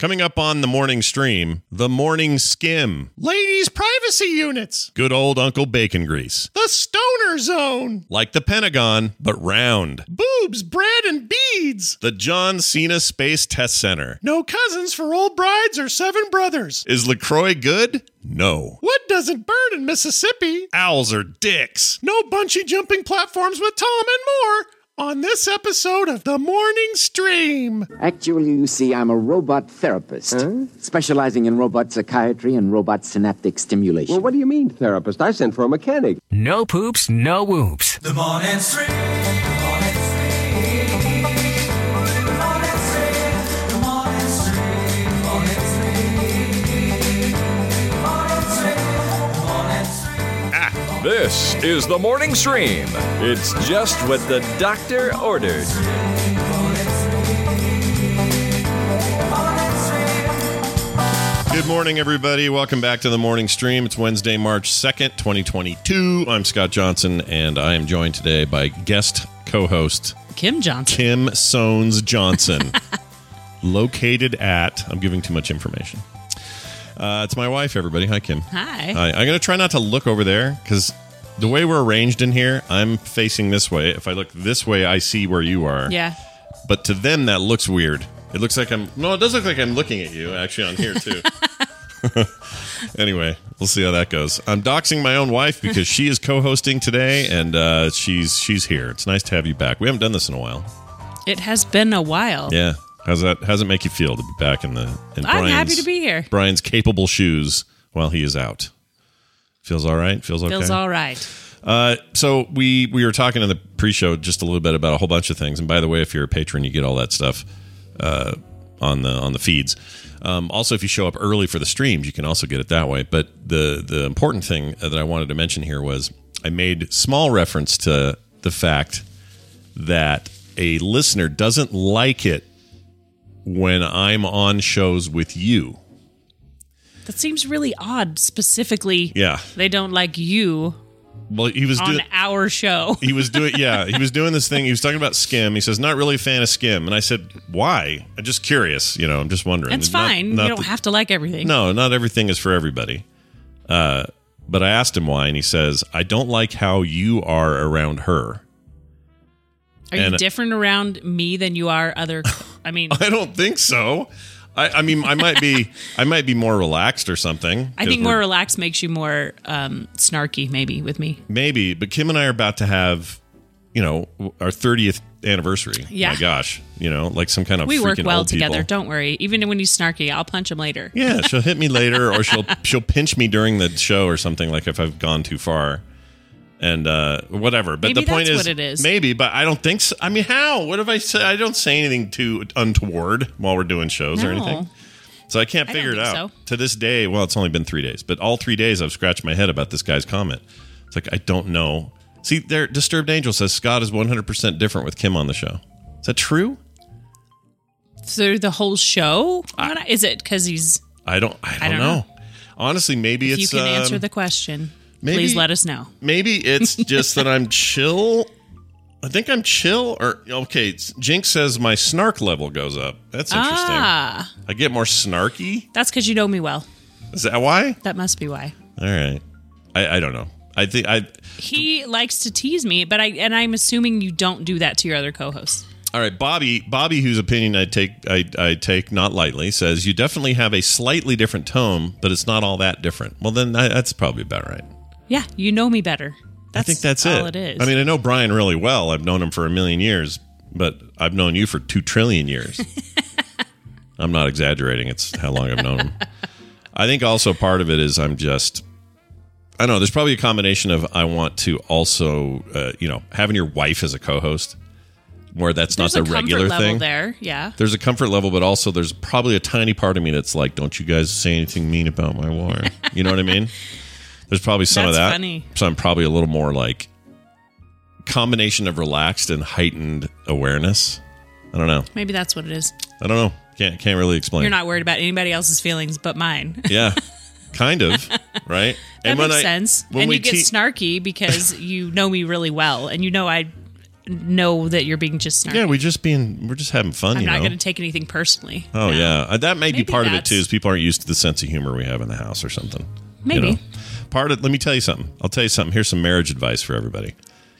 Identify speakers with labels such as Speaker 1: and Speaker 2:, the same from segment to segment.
Speaker 1: Coming up on the morning stream, the morning skim,
Speaker 2: Ladies' privacy units.
Speaker 1: good old Uncle Bacon Grease.
Speaker 2: The stoner zone.
Speaker 1: Like the Pentagon, but round.
Speaker 2: Boobs, bread, and beads.
Speaker 1: The John Cena Space Test Center.
Speaker 2: No cousins for old brides or seven brothers.
Speaker 1: Is LaCroix good? No.
Speaker 2: Wood doesn't burn in Mississippi.
Speaker 1: Owls are dicks.
Speaker 2: No bungee jumping platforms with Tom and more on this episode of The Morning Stream.
Speaker 3: Actually, you see, I'm a robot therapist, specializing in robot psychiatry and robot synaptic stimulation.
Speaker 4: Well, what do you mean, therapist? I sent for a mechanic.
Speaker 5: No poops, no whoops.
Speaker 6: The morning stream. The morning stream. The morning stream. The morning stream. The morning stream. The morning stream. The morning stream.
Speaker 7: This is the morning stream. It's just what the doctor ordered.
Speaker 1: Good morning, everybody. Welcome back to the morning stream. It's Wednesday, March 2nd, 2022. I'm Scott Johnson, and I am joined today by guest co host
Speaker 8: Kim Johnson.
Speaker 1: Kim Soanes Johnson, located at, I'm giving too much information. Uh, it's my wife, everybody. Hi, Kim.
Speaker 8: Hi.
Speaker 1: Hi. I'm going to try not to look over there because the way we're arranged in here, I'm facing this way. If I look this way, I see where you are.
Speaker 8: Yeah.
Speaker 1: But to them, that looks weird. It looks like I'm. No, it does look like I'm looking at you actually on here too. anyway, we'll see how that goes. I'm doxing my own wife because she is co-hosting today, and uh, she's she's here. It's nice to have you back. We haven't done this in a while.
Speaker 8: It has been a while.
Speaker 1: Yeah. How's that? How's it make you feel to be back in the? In
Speaker 8: I'm
Speaker 1: Brian's,
Speaker 8: happy to be here.
Speaker 1: Brian's capable shoes while he is out. Feels all right. Feels okay.
Speaker 8: Feels all right.
Speaker 1: Uh, so we we were talking in the pre-show just a little bit about a whole bunch of things. And by the way, if you're a patron, you get all that stuff uh, on the on the feeds. Um, also, if you show up early for the streams, you can also get it that way. But the the important thing that I wanted to mention here was I made small reference to the fact that a listener doesn't like it when I'm on shows with you.
Speaker 8: That seems really odd. Specifically,
Speaker 1: Yeah.
Speaker 8: they don't like you
Speaker 1: Well, he was
Speaker 8: on
Speaker 1: doing.
Speaker 8: our show.
Speaker 1: he was doing yeah he was doing this thing he was talking about skim he says not really a fan of skim and i said why i'm just curious you know i'm just wondering
Speaker 8: It's
Speaker 1: Not-
Speaker 8: fine.
Speaker 1: not
Speaker 8: you don't
Speaker 1: that-
Speaker 8: have to like everything.
Speaker 1: no not everything is for everybody uh, but i asked him why and he says i don't like how you are around her
Speaker 8: Are you
Speaker 1: and- uh,
Speaker 8: different around me than you are other? I mean,
Speaker 1: i don't think so i, I mean i might be i might be more relaxed or something
Speaker 8: I think more relaxed makes you more um, snarky, maybe with me.
Speaker 1: maybe but kim and i are about to have you know our 30th anniversary
Speaker 8: Yeah.
Speaker 1: my gosh you know like some kind of
Speaker 8: We work
Speaker 1: freaking
Speaker 8: well
Speaker 1: old people.
Speaker 8: together. Don't worry. Even when he's snarky, I'll punch him later.
Speaker 1: Yeah, she'll hit me later, or she'll she'll pinch me during the show or something. Like if I've gone too far, and uh, whatever. But
Speaker 8: Maybe
Speaker 1: the point
Speaker 8: that's
Speaker 1: is,
Speaker 8: what it is.
Speaker 1: maybe, but I don't think. So. I mean, how? What have I said? I don't say anything too untoward while we're doing shows or
Speaker 8: No.
Speaker 1: anything. So I can't
Speaker 8: I don't
Speaker 1: figure it
Speaker 8: think
Speaker 1: out
Speaker 8: so.
Speaker 1: to this day. Well, it's only been three days, but all three days I've scratched my head about this guy's comment. It's like I don't know. See, there, Disturbed Angel says Scott is 100% different with Kim on the show. Is that true?
Speaker 8: Through the whole show, What- is it because he's?
Speaker 1: I don't. I don't,
Speaker 8: don't
Speaker 1: know.
Speaker 8: know.
Speaker 1: Honestly, maybe
Speaker 8: If you
Speaker 1: it's
Speaker 8: can answer
Speaker 1: um,
Speaker 8: the question,
Speaker 1: maybe-
Speaker 8: please let us know.
Speaker 1: Maybe it's just that I'm chill. I think I'm chill. Or okay, Jinx says my snark level goes up. That's interesting.
Speaker 8: Ah,
Speaker 1: I get more snarky.
Speaker 8: that's because you know me well.
Speaker 1: Is that why?
Speaker 8: That must be why.
Speaker 1: All right. I, I don't know. I think I.
Speaker 8: He likes to tease me, but I and I'm assuming you don't do that to your other co-hosts.
Speaker 1: All right, Bobby. Bobby, whose opinion I take I, I take not lightly, says you definitely have a slightly different tone, but it's not all that different. Well, then I, that's probably about right.
Speaker 8: Yeah, you know me better.
Speaker 1: I
Speaker 8: That's
Speaker 1: think that's
Speaker 8: all
Speaker 1: it.
Speaker 8: it is.
Speaker 1: I mean, I know Brian really well. I've known him for a million years, but I've known you for two trillion years. I'm not exaggerating. It's how long I've known him. I think also part of it is I'm just, I don't know. There's probably a combination of I want to also, uh, you know, having your wife as a co-host, where that's
Speaker 8: there's
Speaker 1: not
Speaker 8: a
Speaker 1: the
Speaker 8: comfort
Speaker 1: regular
Speaker 8: level
Speaker 1: thing.
Speaker 8: there. Yeah,
Speaker 1: There's a comfort level, but also there's probably a tiny part of me that's like, don't you guys say anything mean about my wife? You know what I mean? There's probably some of
Speaker 8: That's
Speaker 1: that.
Speaker 8: funny.
Speaker 1: So I'm probably a little more like combination of relaxed and heightened awareness. I don't know.
Speaker 8: maybe that's what it is.
Speaker 1: I don't know. Can't can't really explain.
Speaker 8: You're not worried about anybody else's feelings but mine.
Speaker 1: Yeah. kind of. Right.
Speaker 8: that makes sense.
Speaker 1: When
Speaker 8: and
Speaker 1: we
Speaker 8: you get
Speaker 1: te-
Speaker 8: snarky because you know me really well, and you know I know that you're being just snarky.
Speaker 1: Yeah, we're just being, we're just having fun,
Speaker 8: I'm
Speaker 1: you
Speaker 8: not
Speaker 1: know.
Speaker 8: going to take anything personally.
Speaker 1: oh
Speaker 8: No.
Speaker 1: yeah, Uh, that may be
Speaker 8: Maybe
Speaker 1: part of it
Speaker 8: that's-
Speaker 1: too. Is people aren't used to the sense of humor we have in the house or something.
Speaker 8: Maybe.
Speaker 1: Part of. Let me tell you something. I'll tell you something. Here's some marriage advice for everybody.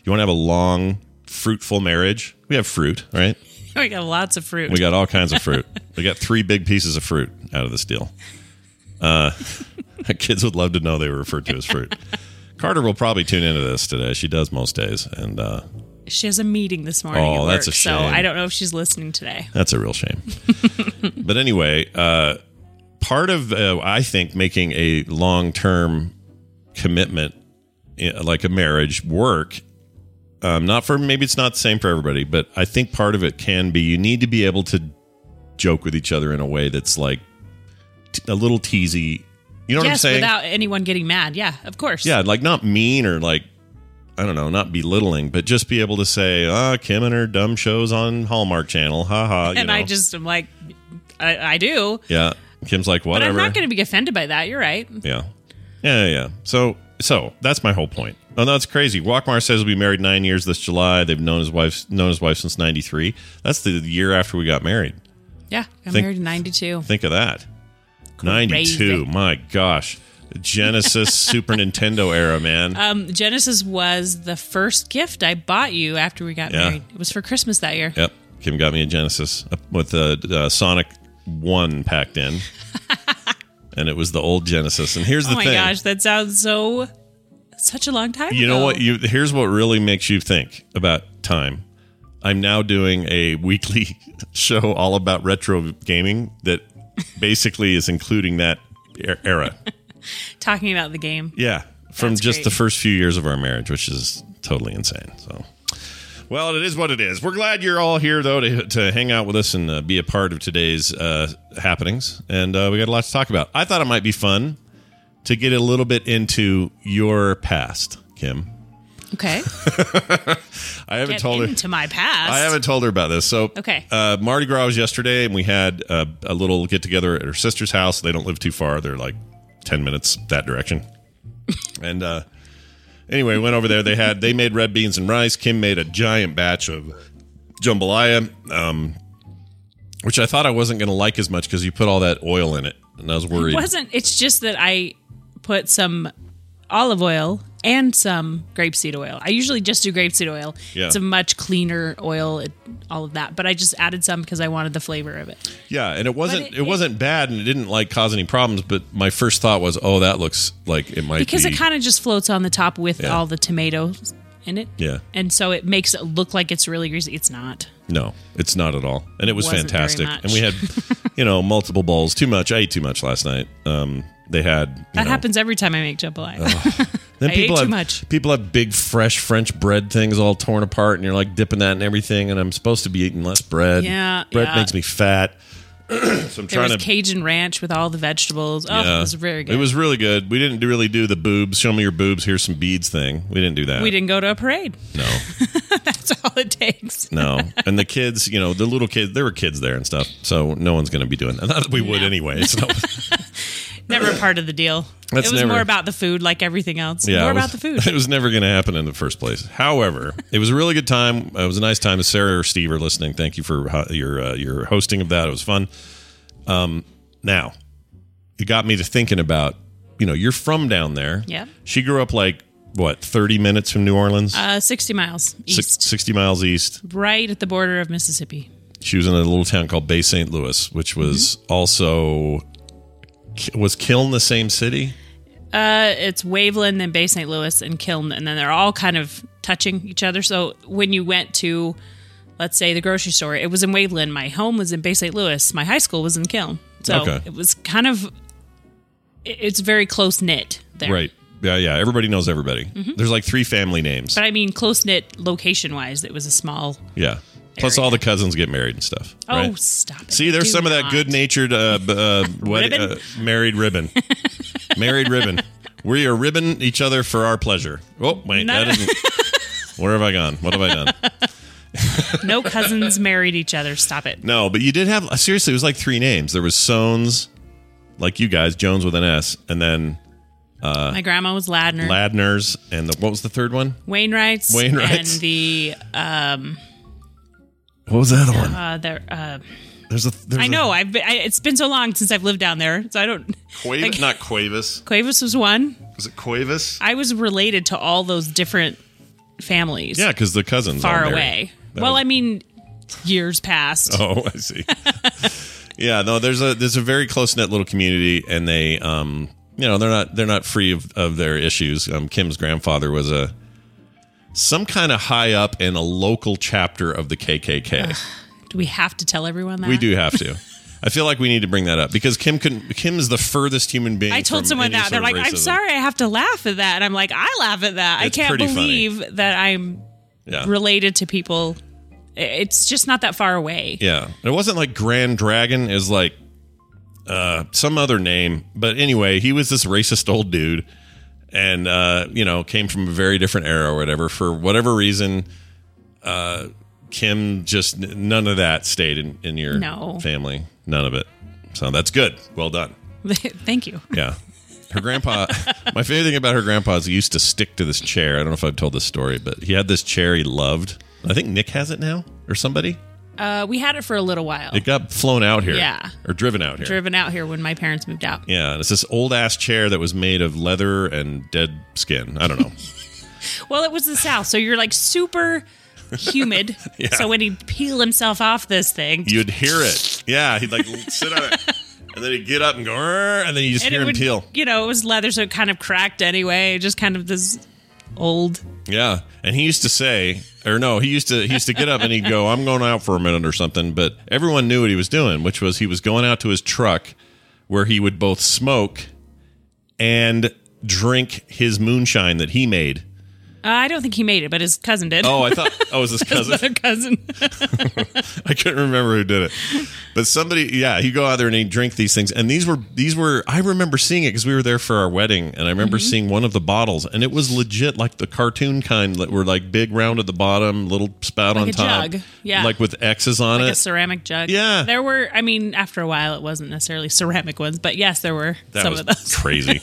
Speaker 1: You want to have a long, fruitful marriage? We have fruit, right?
Speaker 8: We got lots of fruit.
Speaker 1: We got all kinds of fruit. we got three big pieces of fruit out of this deal. Uh, kids would love to know they were referred to as fruit. Carter will probably tune into this today. She does most days, and uh,
Speaker 8: she has a meeting this morning.
Speaker 1: Oh,
Speaker 8: at
Speaker 1: that's
Speaker 8: work,
Speaker 1: a
Speaker 8: So
Speaker 1: shame.
Speaker 8: I don't know if she's listening today.
Speaker 1: That's a real shame. but anyway, uh, part of uh, I think making a long term commitment, eh, like a marriage, work. Um, not for maybe it's not the same for everybody, but I think part of it can be you need to be able to joke with each other in a way that's like t- a little teasy. You know what I'm
Speaker 8: yes,
Speaker 1: saying?
Speaker 8: without anyone getting mad. Yeah, of course.
Speaker 1: Yeah, like not mean or like I don't know, not belittling, but just be able to say, "Ah, Kim and her dumb shows on Hallmark Channel." Ha ha. you
Speaker 8: and I
Speaker 1: know?
Speaker 8: just am like, I, I do.
Speaker 1: Yeah. Kim's like,
Speaker 8: But
Speaker 1: whatever.
Speaker 8: I'm not going to be offended by that. You're right.
Speaker 1: yeah. Yeah, yeah, yeah. So, so that's my whole point. Oh, no, it's crazy. Walkmar says he'll be married nine years this July. They've known his wife, known his wife since '93. That's the year after we got married.
Speaker 8: Yeah, I'm
Speaker 1: Think-
Speaker 8: married in '92.
Speaker 1: Think of that. '92. My gosh. Genesis Super Nintendo era, man.
Speaker 8: Um, Genesis was the first gift I bought you after we got
Speaker 1: Yeah.
Speaker 8: married. It was for Christmas that year.
Speaker 1: yep. Kim got me a Genesis uh, with the uh, Sonic One packed in, and it was the old Genesis. And here's the
Speaker 8: oh my
Speaker 1: thing.
Speaker 8: gosh, that sounds so such a long time.
Speaker 1: You know
Speaker 8: ago.
Speaker 1: what? You here's what really makes you think about time. I'm now doing a weekly show all about retro gaming that basically is including that er- era.
Speaker 8: talking about the game.
Speaker 1: Yeah, from
Speaker 8: That's
Speaker 1: just
Speaker 8: great.
Speaker 1: the first few years of our marriage, which is totally insane. So, well, it is what it is. We're glad you're all here though to to hang out with us and uh, be a part of today's uh, happenings, and uh, we got a lot to talk about. I thought it might be fun to get a little bit into your past, Kim.
Speaker 8: Okay,
Speaker 1: I haven't
Speaker 8: get
Speaker 1: told her.
Speaker 8: into my past.
Speaker 1: I haven't told her about this. So
Speaker 8: Okay.
Speaker 1: uh, Mardi Gras was yesterday, and we had uh, a little get together at her sister's house. They don't live too far; they're like ten minutes that direction. and uh, anyway, went over there. They had they made red beans and rice. Kim made a giant batch of jambalaya, um, which I thought I wasn't going to like as much because you put all that oil in it, and I was worried.
Speaker 8: It wasn't. It's just that I put some olive oil and some grapeseed oil. I usually just do grapeseed oil.
Speaker 1: Yeah.
Speaker 8: It's a much cleaner oil, it, all of that. But I just added some because I wanted the flavor of it.
Speaker 1: Yeah, and it wasn't it,
Speaker 8: it-
Speaker 1: wasn't bad, and it didn't like cause any problems. But my first thought was, oh, that looks like it might
Speaker 8: Because
Speaker 1: be.
Speaker 8: it kind of just floats on the top with
Speaker 1: Yeah.
Speaker 8: all the tomatoes in it.
Speaker 1: Yeah.
Speaker 8: And so it makes it look like it's really greasy. It's not.
Speaker 1: No, it's not at all. And it was
Speaker 8: Wasn't very
Speaker 1: fantastic.
Speaker 8: much.
Speaker 1: And we had, you know, multiple bowls. Too much. I ate too much last night. Um, they had you
Speaker 8: That
Speaker 1: know,
Speaker 8: happens every time I make jambalaya.
Speaker 1: Then
Speaker 8: I ate too
Speaker 1: have,
Speaker 8: much.
Speaker 1: People have big fresh French bread things all torn apart, and you're like dipping that and everything. And I'm supposed to be eating less bread.
Speaker 8: Yeah,
Speaker 1: bread
Speaker 8: yeah.
Speaker 1: makes me fat. so I'm
Speaker 8: there
Speaker 1: trying
Speaker 8: was
Speaker 1: to.
Speaker 8: Cajun ranch with all the vegetables. Oh,
Speaker 1: yeah.
Speaker 8: it was very good.
Speaker 1: It was really good. We didn't do- really do the boobs. Show me your boobs. Here's some beads thing. We didn't do that.
Speaker 8: we didn't go to a parade.
Speaker 1: No.
Speaker 8: That's all it takes.
Speaker 1: No, and the kids, you know, the little kids, there were kids there and stuff, so no one's going to be doing that. Not that we would anyway. It's not,
Speaker 8: Never a part of the deal.
Speaker 1: That's
Speaker 8: it was
Speaker 1: never-
Speaker 8: more about the food, like everything else.
Speaker 1: yeah,
Speaker 8: more
Speaker 1: it was-
Speaker 8: about the food.
Speaker 1: It was never going to happen in the first place. However, it was a really good time. It was a nice time. Sarah or Steve are listening. Thank you for ho- your uh, your hosting of that. It was fun. Um, now, it got me to thinking about, you know, you're from down there.
Speaker 8: Yep.
Speaker 1: She grew up like what, 30 minutes from New Orleans,
Speaker 8: Uh, 60 miles
Speaker 1: Six-
Speaker 8: east,
Speaker 1: 60 miles east.
Speaker 8: right at the border of Mississippi.
Speaker 1: she was in a little town called Bay St. Louis, which was
Speaker 8: Mm-hmm.
Speaker 1: also was Kiln the same city.
Speaker 8: Uh, it's Waveland, then Bay St. Louis, and Kiln, and then they're all kind of touching each other. So when you went to, let's say, the grocery store, it was in Waveland. My home was in Bay St. Louis. My high school was in Kiln. So
Speaker 1: Okay.
Speaker 8: it was kind of, it- it's very close knit there. Mm-hmm.
Speaker 1: Right. Yeah, yeah. Everybody knows everybody. There's like three family names.
Speaker 8: But I mean, close knit location wise, it was a small.
Speaker 1: yeah. Plus, all the cousins get married and stuff.
Speaker 8: Oh,
Speaker 1: right?
Speaker 8: stop it.
Speaker 1: See, there's
Speaker 8: Do
Speaker 1: some of that
Speaker 8: not.
Speaker 1: good natured uh, b- uh, wed-
Speaker 8: Ribbon?
Speaker 1: uh, married ribbon. married ribbon. We are ribbon each other for our pleasure. Oh, wait.
Speaker 8: No.
Speaker 1: That isn't. Where have I gone? What have I done?
Speaker 8: No cousins married each other. Stop it.
Speaker 1: No, but you did have uh, seriously. It was like three names. There was Sones, like you guys, Jones with an S, and then
Speaker 8: My grandma was Ladner.
Speaker 1: Ladner's, and the, what was the third one?
Speaker 8: Wainwright's,
Speaker 1: Wainwright's.
Speaker 8: and the
Speaker 1: What was the other one?
Speaker 8: uh, the uh,
Speaker 1: There's a. There's
Speaker 8: I
Speaker 1: a-
Speaker 8: know I've been, I, it's been so long since I've lived down there, so I don't.
Speaker 2: Cuevas,
Speaker 8: Like-
Speaker 2: not Cuevas.
Speaker 8: Cuevas was one.
Speaker 2: Was it Cuevas?
Speaker 8: I was related to all those different families.
Speaker 1: Yeah, because the cousins all
Speaker 8: far
Speaker 1: married.
Speaker 8: away.
Speaker 1: That
Speaker 8: well,
Speaker 1: was-
Speaker 8: I mean, years past.
Speaker 1: Oh, I see. yeah, no, there's a there's a very close knit little community, and they, um, you know, they're not they're not free of, of their issues. Um, Kim's grandfather was a some kind of high up in a local chapter of the KKK.
Speaker 8: Do we have to tell everyone that
Speaker 1: we do have to. I feel like we need to bring that up because Kim couldn't. Kim is the furthest human being.
Speaker 8: I told
Speaker 1: from
Speaker 8: someone
Speaker 1: any
Speaker 8: that they're
Speaker 1: sort of
Speaker 8: like, "I'm
Speaker 1: racism.
Speaker 8: sorry, I have to laugh at that," and I'm like, "I laugh at that.
Speaker 1: It's
Speaker 8: I can't
Speaker 1: pretty funny.
Speaker 8: believe that I'm
Speaker 1: Yeah.
Speaker 8: related to people. I- It's just not that far away."
Speaker 1: Yeah. It wasn't like Grand Dragon is like uh some other name, but anyway, he was this racist old dude and uh you know, came from a very different era or whatever for whatever reason uh Kim just n- none of that stayed in in your
Speaker 8: No.
Speaker 1: family. None of it. So that's good. Well done.
Speaker 8: Thank you.
Speaker 1: Yeah. Her grandpa, my favorite thing about her grandpa is he used to stick to this chair. I don't know if I've told this story, but he had this chair he loved. I think Nick has it now or somebody.
Speaker 8: Uh, we had it for a little while.
Speaker 1: It got flown out here.
Speaker 8: Yeah.
Speaker 1: Or driven out here.
Speaker 8: Driven out here when my parents moved out.
Speaker 1: Yeah. and It's this old ass chair that was made of leather and dead skin. I don't know.
Speaker 8: Well, it was the south, so you're like super humid. So when he'd peel himself off this thing,
Speaker 1: You'd hear it. Yeah. He'd like sit on it. And then he'd get up and go, "Arr," and then you just
Speaker 8: and
Speaker 1: hear
Speaker 8: it
Speaker 1: him
Speaker 8: would,
Speaker 1: peel.
Speaker 8: you know, it was leather, so it kind of cracked anyway. Just kind of this old.
Speaker 1: Yeah. And he used to say, or no, he used to he used to get up and he'd go, I'm going out for a minute or something. But everyone knew what he was doing, which was he was going out to his truck where he would both smoke and drink his moonshine that he made.
Speaker 8: Uh, I don't think he made it, but his cousin did.
Speaker 1: Oh, I thought, oh, was this
Speaker 8: his
Speaker 1: cousin?
Speaker 8: other cousin.
Speaker 1: I couldn't remember who did it, but somebody, yeah, he go out there and he drink these things, and these were these were. I remember seeing it because we were there for our wedding, and I remember
Speaker 8: Mm-hmm.
Speaker 1: seeing one of the bottles, and it was legit like the cartoon kind that were like big round at the bottom, little spout on
Speaker 8: a
Speaker 1: top,
Speaker 8: jug. Yeah.
Speaker 1: like with X's on
Speaker 8: like a
Speaker 1: it.
Speaker 8: ceramic jug.
Speaker 1: Yeah.
Speaker 8: There were, I mean, after a while, it wasn't necessarily ceramic ones, but yes, there were
Speaker 1: that
Speaker 8: some
Speaker 1: was
Speaker 8: of those.
Speaker 1: crazy.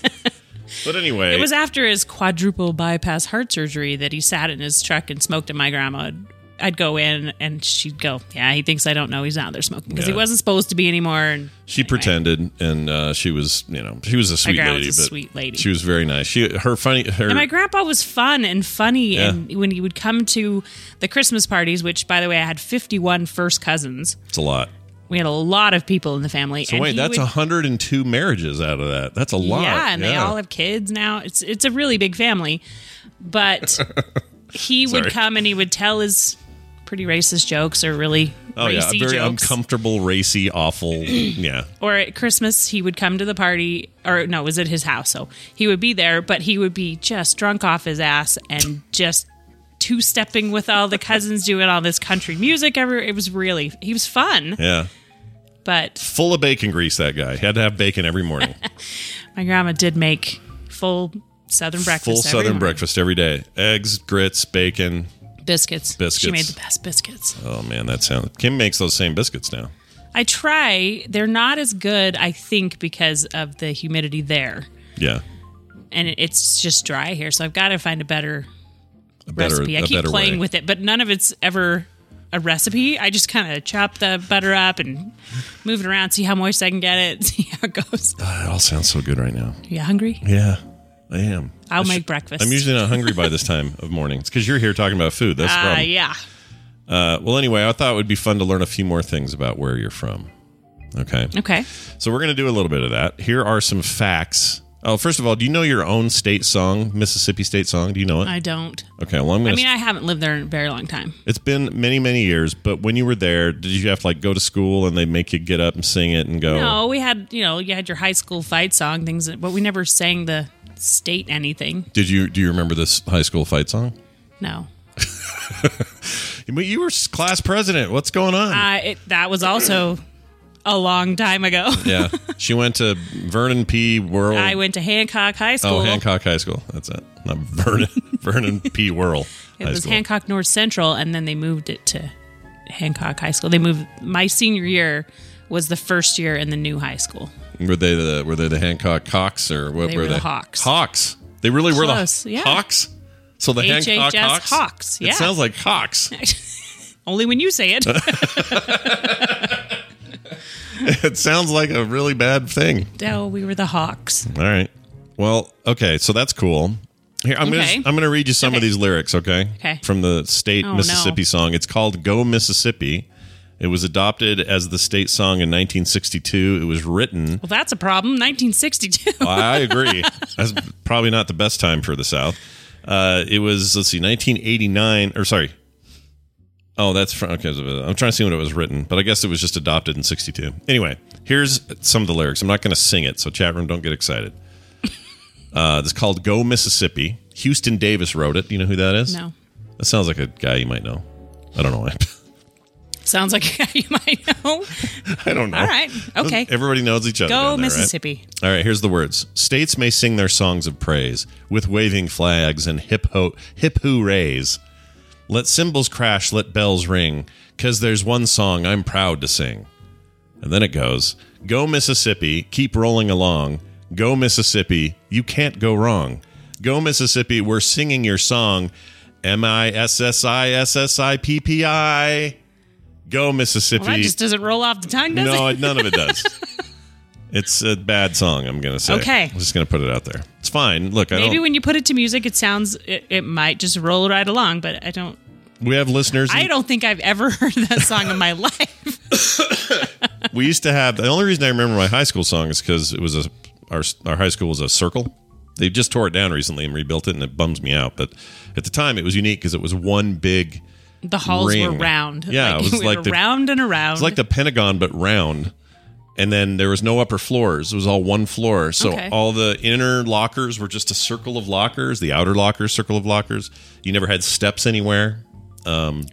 Speaker 1: but anyway,
Speaker 8: It was after his quadruple bypass heart surgery that he sat in his truck and smoked, and my grandma would. I'd go in and she'd go, Yeah, he thinks I don't know he's out there smoking because
Speaker 1: Yeah.
Speaker 8: he wasn't supposed to be anymore. And
Speaker 1: she pretended, and uh, she was, you know, she was a sweet
Speaker 8: grandma
Speaker 1: lady,
Speaker 8: was a
Speaker 1: but
Speaker 8: sweet lady.
Speaker 1: She was very nice. She her funny her.
Speaker 8: And my grandpa was fun and funny.
Speaker 1: Yeah.
Speaker 8: And when he would come to the Christmas parties, which, by the way, I had 51 first cousins,
Speaker 1: it's a lot.
Speaker 8: we had a lot of people in the family.
Speaker 1: So wait,
Speaker 8: he
Speaker 1: that's
Speaker 8: would-
Speaker 1: 102 marriages out of that. That's a lot.
Speaker 8: Yeah, and they all have kids now. It's it's a really big family. But he would
Speaker 1: Sorry.
Speaker 8: come and he would tell his pretty racist jokes or really
Speaker 1: Oh yeah,
Speaker 8: racy
Speaker 1: very
Speaker 8: jokes.
Speaker 1: uncomfortable, racy, awful. yeah,
Speaker 8: or at Christmas, he would come to the party, or no, it was at his house. So he would be there, but he would be just drunk off his ass and just two stepping with all the cousins doing all this country music. Every it was really he was fun,
Speaker 1: yeah.
Speaker 8: but
Speaker 1: Full of bacon grease. That guy had to have bacon every morning.
Speaker 8: my grandma did make full southern breakfast,
Speaker 1: Full
Speaker 8: every
Speaker 1: Southern
Speaker 8: morning.
Speaker 1: breakfast every day. Eggs, grits, bacon.
Speaker 8: biscuits.
Speaker 1: Biscuits.
Speaker 8: She made the best biscuits.
Speaker 1: Oh man, that sounds. Kim makes those same biscuits now.
Speaker 8: I try. They're not as good, I think, because of the humidity there,
Speaker 1: Yeah,
Speaker 8: and it- it's just dry here. So I've got to find a better
Speaker 1: a better,
Speaker 8: recipe. I
Speaker 1: a
Speaker 8: keep
Speaker 1: better
Speaker 8: playing
Speaker 1: way.
Speaker 8: with it, but none of it's ever a recipe. I just kind of chop the butter up and move it around, see how moist I can get it, see how it goes.
Speaker 1: Ah, It all sounds so good right now.
Speaker 8: you hungry?
Speaker 1: Yeah, I am. I
Speaker 8: I'll make
Speaker 1: should-
Speaker 8: breakfast.
Speaker 1: I'm usually not hungry by this time of morning. It's because you're here talking about food. That's the
Speaker 8: Uh,
Speaker 1: problem.
Speaker 8: yeah.
Speaker 1: Uh, well, anyway, I thought it would be fun to learn a few more things about where you're from. Okay.
Speaker 8: Okay.
Speaker 1: So we're going to do a little bit of that. Here are some facts. Oh, first of all, do you know your own state song, Mississippi state song? Do you know it?
Speaker 8: I don't.
Speaker 1: okay, well I'm
Speaker 8: I
Speaker 1: going
Speaker 8: mean,
Speaker 1: to.
Speaker 8: I haven't lived there in a very long time.
Speaker 1: It's been many many years, but when you were there, did you have to like go to school and they make you get up and sing it and go?
Speaker 8: No, we had you know you had your high school fight song things, but we never sang the state anything.
Speaker 1: Did you do you remember this high school fight song?
Speaker 8: No.
Speaker 1: But you were s- class president. What's going on?
Speaker 8: Uh, it, that was also a long time ago.
Speaker 1: yeah, she went to Vernon P. World.
Speaker 8: I went to Hancock High School.
Speaker 1: Oh, Hancock High School. That's it. Not Vernon. Vernon P. Worrell.
Speaker 8: It
Speaker 1: High
Speaker 8: was
Speaker 1: School.
Speaker 8: Hancock North Central, and then they moved it to Hancock High School. They moved my senior year. was the first year in the new high school.
Speaker 1: Were they the were they the Hancock Hawks or what
Speaker 8: They
Speaker 1: were,
Speaker 8: were the
Speaker 1: they?
Speaker 8: Hawks.
Speaker 1: Hawks. They really
Speaker 8: Close,
Speaker 1: were the
Speaker 8: yeah.
Speaker 1: Hawks. So the Hancock
Speaker 8: HHS
Speaker 1: Hawks.
Speaker 8: Hawks, yeah.
Speaker 1: It sounds like Hawks.
Speaker 8: Only when you say it.
Speaker 1: it sounds like a really bad thing.
Speaker 8: no, Oh, we were the Hawks.
Speaker 1: All right. Well, okay. So that's cool. Here, I'm
Speaker 8: Okay.
Speaker 1: gonna I'm gonna read you some of
Speaker 8: Okay.
Speaker 1: these lyrics. Okay.
Speaker 8: Okay.
Speaker 1: From the state
Speaker 8: Oh,
Speaker 1: Mississippi
Speaker 8: no.
Speaker 1: song. It's called "Go Mississippi." It was adopted as the state song in 1962. It was written.
Speaker 8: Well, that's a problem. 1962.
Speaker 1: I agree. That's probably not the best time for the South. Uh, it was let's see, 1989 or sorry. Oh, that's from, okay. I'm trying to see when it was written, but I guess it was just adopted in '62. Anyway, here's some of the lyrics. I'm not going to sing it, so chat room, don't get excited. Uh, it's called "Go Mississippi." Houston Davis wrote it. Do you know who that is?
Speaker 8: no.
Speaker 1: That sounds like a guy you might know. I don't know why.
Speaker 8: Sounds like a guy you might know.
Speaker 1: I don't know.
Speaker 8: All right. Okay.
Speaker 1: Everybody knows each other.
Speaker 8: Go
Speaker 1: down there, right?
Speaker 8: Mississippi.
Speaker 1: All right, here's the words. States may sing their songs of praise with waving flags and hip ho- hip hoorays. Let cymbals crash, let bells ring, cause there's one song I'm proud to sing. And then it goes, Go Mississippi, keep rolling along. Go Mississippi, you can't go wrong. Go Mississippi, we're singing your song. M I S S I S S I P P I. Go Mississippi.
Speaker 8: Well, that just doesn't roll off the tongue, does
Speaker 1: No,
Speaker 8: it?
Speaker 1: it- none of it does. It's a bad song. I'm gonna say.
Speaker 8: Okay.
Speaker 1: I'm just gonna put it out there. It's fine. Look, I
Speaker 8: Maybe
Speaker 1: don't.
Speaker 8: when you put it to music, it sounds it, it might just roll right along. But I don't.
Speaker 1: we have listeners. in-
Speaker 8: I don't think I've ever heard that song in my life.
Speaker 1: we used to have the only reason I remember my high school song is because it was a our our high school was a circle. They just tore it down recently and rebuilt it, and it bums me out. But at the time, it was unique because it was one big. It
Speaker 8: The halls were
Speaker 1: Ring.
Speaker 8: round.
Speaker 1: Yeah, it was
Speaker 8: you went
Speaker 1: like the-
Speaker 8: around and around.
Speaker 1: was like the Pentagon, but round. And then there was no upper floors. It was all one floor. So
Speaker 8: Okay.
Speaker 1: all the inner lockers were just a circle of lockers. The outer lockers, circle of lockers. You never had steps anywhere.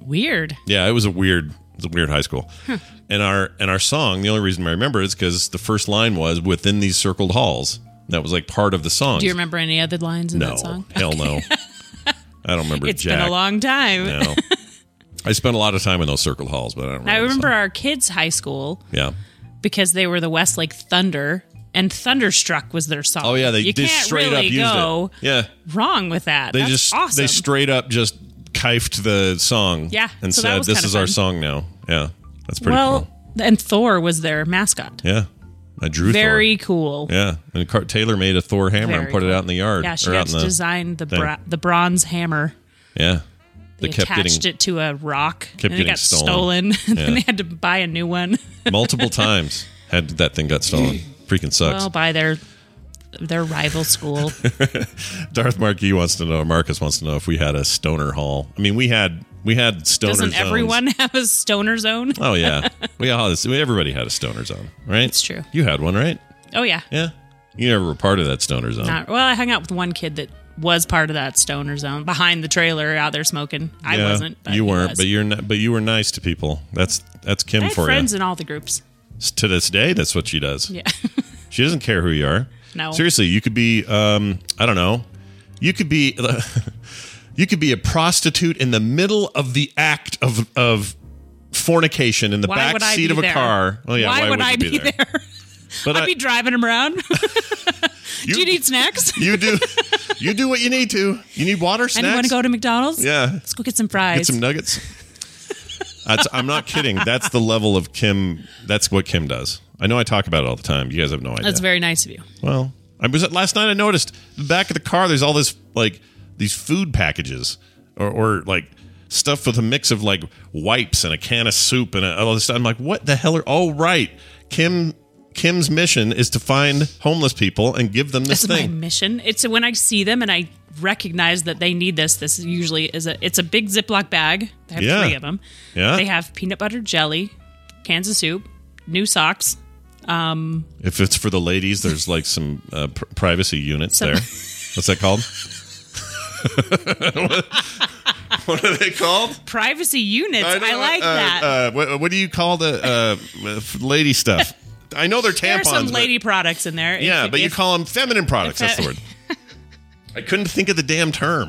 Speaker 8: weird.
Speaker 1: Yeah, it was a weird, it was a weird high school.
Speaker 8: Hmm.
Speaker 1: And our and our song, the only reason I remember is because the first line was "within these circled halls." That was like part of the song.
Speaker 8: Do you remember any other lines in
Speaker 1: No,
Speaker 8: that song?
Speaker 1: hell no. I don't remember.
Speaker 8: It's
Speaker 1: jack.
Speaker 8: been a long time.
Speaker 1: No. I spent a lot of time in those circled halls, but I don't. remember
Speaker 8: I
Speaker 1: the
Speaker 8: remember
Speaker 1: song.
Speaker 8: our kids' high school
Speaker 1: Yeah.
Speaker 8: because they were the Westlake Thunder, and Thunderstruck was their song.
Speaker 1: Oh yeah, they,
Speaker 8: you
Speaker 1: they
Speaker 8: can't
Speaker 1: straight
Speaker 8: really
Speaker 1: up used
Speaker 8: go
Speaker 1: it. Yeah.
Speaker 8: wrong with that.
Speaker 1: They
Speaker 8: That's
Speaker 1: just
Speaker 8: awesome.
Speaker 1: they straight up just kifed the song.
Speaker 8: Yeah,
Speaker 1: And
Speaker 8: so that
Speaker 1: said,
Speaker 8: was
Speaker 1: "This
Speaker 8: kinda
Speaker 1: is our
Speaker 8: fun.
Speaker 1: song now." Yeah. That's pretty
Speaker 8: well,
Speaker 1: cool.
Speaker 8: and Thor was their mascot.
Speaker 1: Yeah. I drew Thor.
Speaker 8: Very cool.
Speaker 1: Yeah, and Car- Taylor made a Thor hammer and
Speaker 8: Very
Speaker 1: put it
Speaker 8: cool.
Speaker 1: out in the yard.
Speaker 8: Yeah, she
Speaker 1: or out in
Speaker 8: actually
Speaker 1: the,
Speaker 8: designed the
Speaker 1: thing.
Speaker 8: bra- the bronze hammer.
Speaker 1: Yeah,
Speaker 8: They,
Speaker 1: they kept
Speaker 8: attached
Speaker 1: getting
Speaker 8: it to a rock. and it
Speaker 1: getting
Speaker 8: got
Speaker 1: stolen.
Speaker 8: stolen. and
Speaker 1: Yeah.
Speaker 8: then they had to buy a new one.
Speaker 1: multiple times. Had that thing got stolen? Freaking sucks.
Speaker 8: well, by their their rival school.
Speaker 1: Darth Marquis wants to know. Marcus wants to know if we had a stoner hall. I mean, we had we had stoner.
Speaker 8: Doesn't
Speaker 1: zones.
Speaker 8: everyone have a stoner zone?
Speaker 1: Oh yeah, we all everybody had a stoner zone, right? It's
Speaker 8: true.
Speaker 1: You had one, right?
Speaker 8: Oh yeah.
Speaker 1: Yeah. You never were part of that stoner zone.
Speaker 8: Not- well, I hung out with one kid that was part of that stoner zone behind the trailer out there smoking. I
Speaker 1: Yeah,
Speaker 8: wasn't. But
Speaker 1: you
Speaker 8: he
Speaker 1: weren't,
Speaker 8: was.
Speaker 1: but you're not, but you were nice to people. That's that's Kim
Speaker 8: I had
Speaker 1: for
Speaker 8: friends
Speaker 1: you.
Speaker 8: in all the groups.
Speaker 1: to this day, that's what she does.
Speaker 8: Yeah.
Speaker 1: She doesn't care who you are.
Speaker 8: No.
Speaker 1: Seriously, you could be um I don't know. You could be you could be a prostitute in the middle of the act of of fornication in the
Speaker 8: Why
Speaker 1: back
Speaker 8: would I
Speaker 1: seat
Speaker 8: be
Speaker 1: of a
Speaker 8: there?
Speaker 1: car. Oh yeah,
Speaker 8: why, would, I
Speaker 1: you
Speaker 8: be there?
Speaker 1: But
Speaker 8: I'd
Speaker 1: I-
Speaker 8: be driving him around. Do you need snacks?
Speaker 1: you do you do what you need to. You need water, snacks.
Speaker 8: Anyone go to McDonald's?
Speaker 1: yeah.
Speaker 8: Let's go get some fries.
Speaker 1: Get some nuggets. That's, I'm not kidding. That's the level of Kim. That's what Kim does. I know I talk about it all the time. You guys have no idea.
Speaker 8: That's very nice of you.
Speaker 1: Well, I was last night. I noticed the back of the car. There's all this like these food packages or, or like stuff with a mix of like wipes and a can of soup and uh, all this. Stuff. I'm like, what the hell? Are oh right, Kim. Kim's mission is to find homeless people and give them this
Speaker 8: That's my
Speaker 1: thing.
Speaker 8: mission. It's when I see them and I recognize that they need this. This usually is a it's a big Ziploc bag. They have
Speaker 1: Yeah.
Speaker 8: three of them.
Speaker 1: Yeah.
Speaker 8: They have peanut butter jelly, cans of soup, new socks,
Speaker 1: If it's for the ladies, there's like some uh, pr- privacy units there. What's that called? what are they called?
Speaker 8: privacy units. I,
Speaker 1: know,
Speaker 8: like
Speaker 1: uh,
Speaker 8: that.
Speaker 1: Uh, what, what do you call the uh, f- lady stuff? I know they're tampons.
Speaker 8: there are some
Speaker 1: but-
Speaker 8: lady products in there.
Speaker 1: yeah,
Speaker 8: If-
Speaker 1: but you
Speaker 8: if-
Speaker 1: call them feminine products.
Speaker 8: if
Speaker 1: That's the
Speaker 8: I-
Speaker 1: word. I couldn't think of the damn term.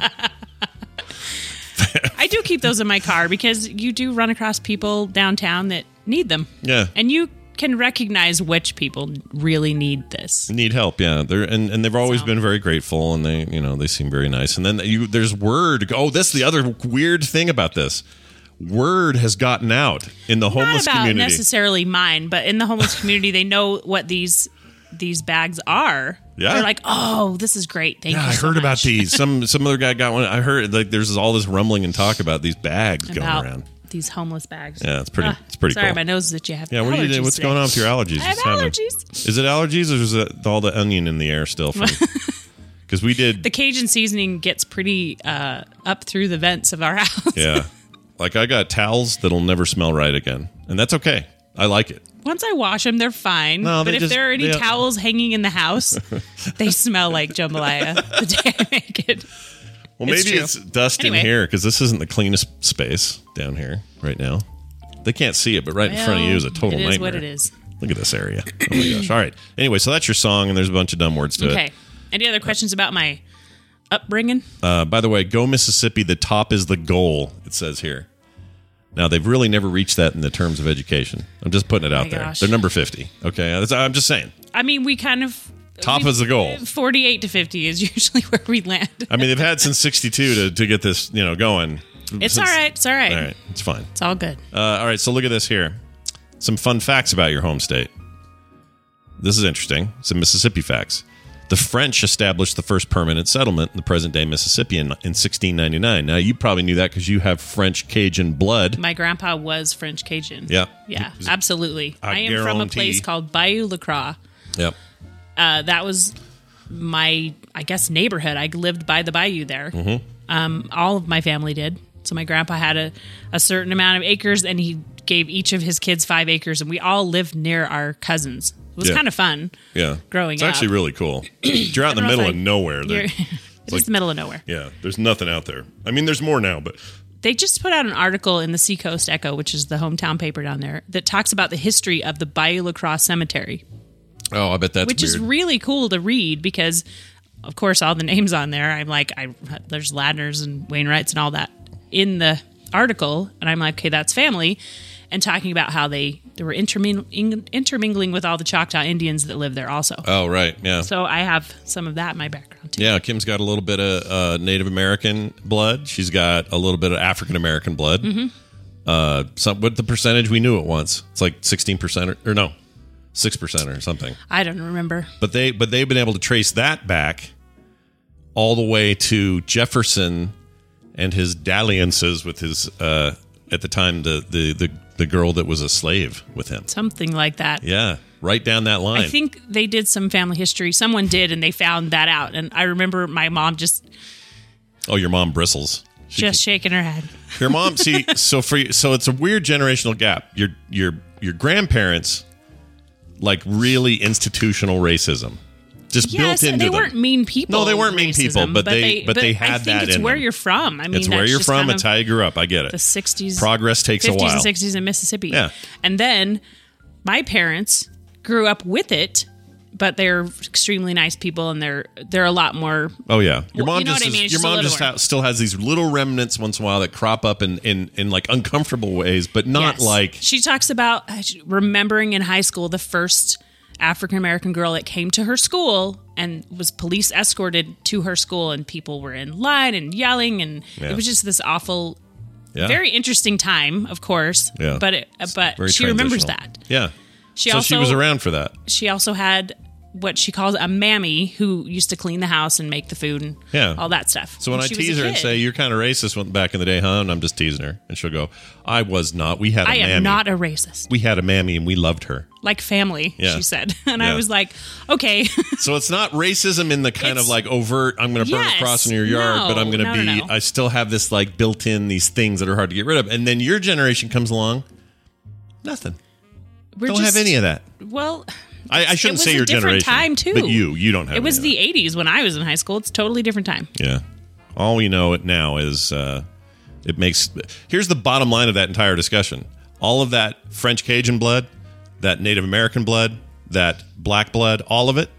Speaker 8: I do keep those in my car because you do run across people downtown that need them.
Speaker 1: Yeah.
Speaker 8: And you can recognize which people really need this.
Speaker 1: need help yeah they're and, and they've always
Speaker 8: So.
Speaker 1: been very grateful and they you know they seem very nice and then you there's word oh that's the other weird thing about this word has gotten out in the homeless
Speaker 8: Not about
Speaker 1: community
Speaker 8: necessarily mine, but in the homeless community, they know what these these bags are.
Speaker 1: Yeah.
Speaker 8: they're like, oh, this is great. Thank
Speaker 1: yeah,
Speaker 8: you.
Speaker 1: I
Speaker 8: so
Speaker 1: heard about
Speaker 8: much."
Speaker 1: these. Some some other guy got one. I heard like there's all this rumbling and talk about these bags
Speaker 8: about
Speaker 1: going around.
Speaker 8: these homeless bags.
Speaker 1: Yeah, it's pretty.
Speaker 8: Ah,
Speaker 1: it's pretty
Speaker 8: Sorry,
Speaker 1: cool.
Speaker 8: my nose is itchy. I have
Speaker 1: Yeah, what are you,
Speaker 8: allergies
Speaker 1: doing? what's
Speaker 8: today.
Speaker 1: going on with your allergies?
Speaker 8: I have
Speaker 1: It's time to-
Speaker 8: allergies.
Speaker 1: Is it allergies or is it all the onion in the air still? Because we did.
Speaker 8: The Cajun seasoning gets pretty uh, up through the vents of our house.
Speaker 1: yeah, like I got towels that'll never smell right again, and that's okay. I like it.
Speaker 8: Once I wash them, they're fine.
Speaker 1: No,
Speaker 8: but
Speaker 1: they
Speaker 8: if
Speaker 1: just-
Speaker 8: there are any
Speaker 1: they-
Speaker 8: towels hanging in the house, they smell like jambalaya the day I make it.
Speaker 1: Well,
Speaker 8: It's
Speaker 1: maybe
Speaker 8: true.
Speaker 1: it's dust in
Speaker 8: Anyway.
Speaker 1: here because this isn't the cleanest space down here right now. They can't see it, but right in front of you is a total
Speaker 8: It is
Speaker 1: nightmare.
Speaker 8: what it is.
Speaker 1: Look at this area. Oh my gosh! All right. Anyway, so that's your song, and there's a bunch of dumb words to
Speaker 8: Okay.
Speaker 1: it.
Speaker 8: Any other questions about my upbringing?
Speaker 1: Uh, by the way, go Mississippi. The top is the goal. It says here. Now they've really never reached that in the terms of education. I'm just putting it out
Speaker 8: Oh my
Speaker 1: there.
Speaker 8: gosh.
Speaker 1: They're number fifty. Okay, That's- I'm just saying.
Speaker 8: I mean, we kind of
Speaker 1: Top
Speaker 8: we-
Speaker 1: is the goal.
Speaker 8: Forty-eight to fifty is usually where we land.
Speaker 1: I mean, they've had since '62 to, to get this, you know, going.
Speaker 8: It's
Speaker 1: Since-
Speaker 8: all right. It's all right.
Speaker 1: All right, it's fine.
Speaker 8: It's all good.
Speaker 1: Uh, all right, so look at this here. Some fun facts about your home state. This is interesting. Some Mississippi facts. The French established the first permanent settlement in the present day Mississippi in, in 1699. Now, you probably knew that because you have French Cajun blood.
Speaker 8: My grandpa was French Cajun.
Speaker 1: Yeah.
Speaker 8: Yeah, absolutely.
Speaker 1: I
Speaker 8: I, am from a
Speaker 1: guarantee.
Speaker 8: place called Bayou La Croix.
Speaker 1: Yep.
Speaker 8: Uh, that was my, I guess, neighborhood. I lived by the bayou there.
Speaker 1: Mm-hmm.
Speaker 8: Um, all of my family did. So my grandpa had a, a certain amount of acres, and he gave each of his kids five acres, and we all lived near our cousins. It was
Speaker 1: Yeah.
Speaker 8: kind of fun.
Speaker 1: Yeah.
Speaker 8: Growing
Speaker 1: It's actually
Speaker 8: up.
Speaker 1: really cool. You're out in the
Speaker 8: I don't know
Speaker 1: middle
Speaker 8: if
Speaker 1: of
Speaker 8: I-
Speaker 1: nowhere.
Speaker 8: You're-
Speaker 1: There.
Speaker 8: It's
Speaker 1: like-
Speaker 8: the middle of nowhere.
Speaker 1: Yeah. There's nothing out there. I mean, there's more now, but
Speaker 8: They just put out an article in the Seacoast Echo, which is the hometown paper down there, that talks about the history of the Bayou La Croix Cemetery.
Speaker 1: oh, I bet that's
Speaker 8: which is
Speaker 1: weird.
Speaker 8: really cool to read because of course all the names on there i'm like I, there's ladners and wainwrights and all that in the article and i'm like okay that's family and talking about how they, they were intermingling, intermingling with all the choctaw indians that live there also
Speaker 1: oh, right. Yeah.
Speaker 8: so i have some of that in my background too
Speaker 1: Yeah, Kim's got a little bit of uh, Native American blood. She's got a little bit of African American blood.
Speaker 8: Mm-hmm.
Speaker 1: Uh, some what the percentage we knew it once. It's like sixteen percent or, or no, six percent or something.
Speaker 8: i don't remember
Speaker 1: But they but they've been able to trace that back all the way to Jefferson and his dalliances with his uh, at the time the, the the the girl that was a slave with him.
Speaker 8: something like that
Speaker 1: Yeah, right down that line.
Speaker 8: I think they did some family history. Someone did, and they found that out. And I remember my mom just
Speaker 1: oh, your mom bristles. She
Speaker 8: just shaking her head.
Speaker 1: Your mom, see, so for you, so it's a weird generational gap. Your your your grandparents like really institutional racism, just
Speaker 8: Yes,
Speaker 1: built into
Speaker 8: they
Speaker 1: them.
Speaker 8: weren't mean people.
Speaker 1: No, they weren't mean people, but they- but they
Speaker 8: I
Speaker 1: had
Speaker 8: think
Speaker 1: that
Speaker 8: It's
Speaker 1: in
Speaker 8: where
Speaker 1: them.
Speaker 8: you're from. I mean,
Speaker 1: it's where
Speaker 8: that's
Speaker 1: you're
Speaker 8: just
Speaker 1: from.
Speaker 8: kind
Speaker 1: it's
Speaker 8: of
Speaker 1: how you grew up. I get it.
Speaker 8: the '60s,
Speaker 1: Progress takes a
Speaker 8: 50s
Speaker 1: while.
Speaker 8: and '60s in Mississippi.
Speaker 1: Yeah.
Speaker 8: and then my parents grew up with it, but they're extremely nice people, and they're they're a lot more.
Speaker 1: Oh yeah, your
Speaker 8: Well,
Speaker 1: mom
Speaker 8: you know
Speaker 1: just
Speaker 8: what I
Speaker 1: is-
Speaker 8: mean, it's
Speaker 1: your
Speaker 8: just a
Speaker 1: mom
Speaker 8: little
Speaker 1: just
Speaker 8: more.
Speaker 1: ha- still has these little remnants once in a while that crop up in in, in like uncomfortable ways, but not
Speaker 8: Yes.
Speaker 1: like
Speaker 8: she talks about uh, remembering in high school the first African American girl that came to her school and was police escorted to her school, and people were in line and yelling, and
Speaker 1: Yeah.
Speaker 8: it was just this awful
Speaker 1: yeah,
Speaker 8: very interesting time, of course.
Speaker 1: Yeah.
Speaker 8: But it, uh, but
Speaker 1: very
Speaker 8: she remembers
Speaker 1: transitional.
Speaker 8: that.
Speaker 1: Yeah,
Speaker 8: She
Speaker 1: so
Speaker 8: also
Speaker 1: she was around for that.
Speaker 8: she also had what she calls a mammy who used to clean the house and make the food and
Speaker 1: Yeah.
Speaker 8: all that stuff.
Speaker 1: So when I
Speaker 8: she was a
Speaker 1: tease her and
Speaker 8: kid.
Speaker 1: say you're kind of racist when- back in the day, huh? And I'm just teasing her, and she'll go, "I was not. We had a
Speaker 8: I am
Speaker 1: mammy.
Speaker 8: not a racist,
Speaker 1: we had a mammy and we loved her."
Speaker 8: like family,
Speaker 1: Yeah.
Speaker 8: she said, and
Speaker 1: Yeah.
Speaker 8: I was like, okay,
Speaker 1: So it's not racism in the kind of
Speaker 8: It's-
Speaker 1: like overt. I'm going to burn a
Speaker 8: Yes.
Speaker 1: cross in your yard,
Speaker 8: No.
Speaker 1: but I'm going to
Speaker 8: No, no,
Speaker 1: be.
Speaker 8: no.
Speaker 1: I still have this like built in these things that are hard to get rid of, and then your generation comes along. Nothing.
Speaker 8: we
Speaker 1: don't have any of that.
Speaker 8: Well,
Speaker 1: I, I shouldn't
Speaker 8: was
Speaker 1: say
Speaker 8: a
Speaker 1: your
Speaker 8: different
Speaker 1: generation.
Speaker 8: time, too.
Speaker 1: But you, you don't have.
Speaker 8: it
Speaker 1: any
Speaker 8: was
Speaker 1: of
Speaker 8: the '80s when I was in high school. It's a totally different time.
Speaker 1: that. yeah. All we know it now is uh, it makes. Here's the bottom line of that entire discussion. All of that French Cajun blood, that Native American blood, that black blood, all of it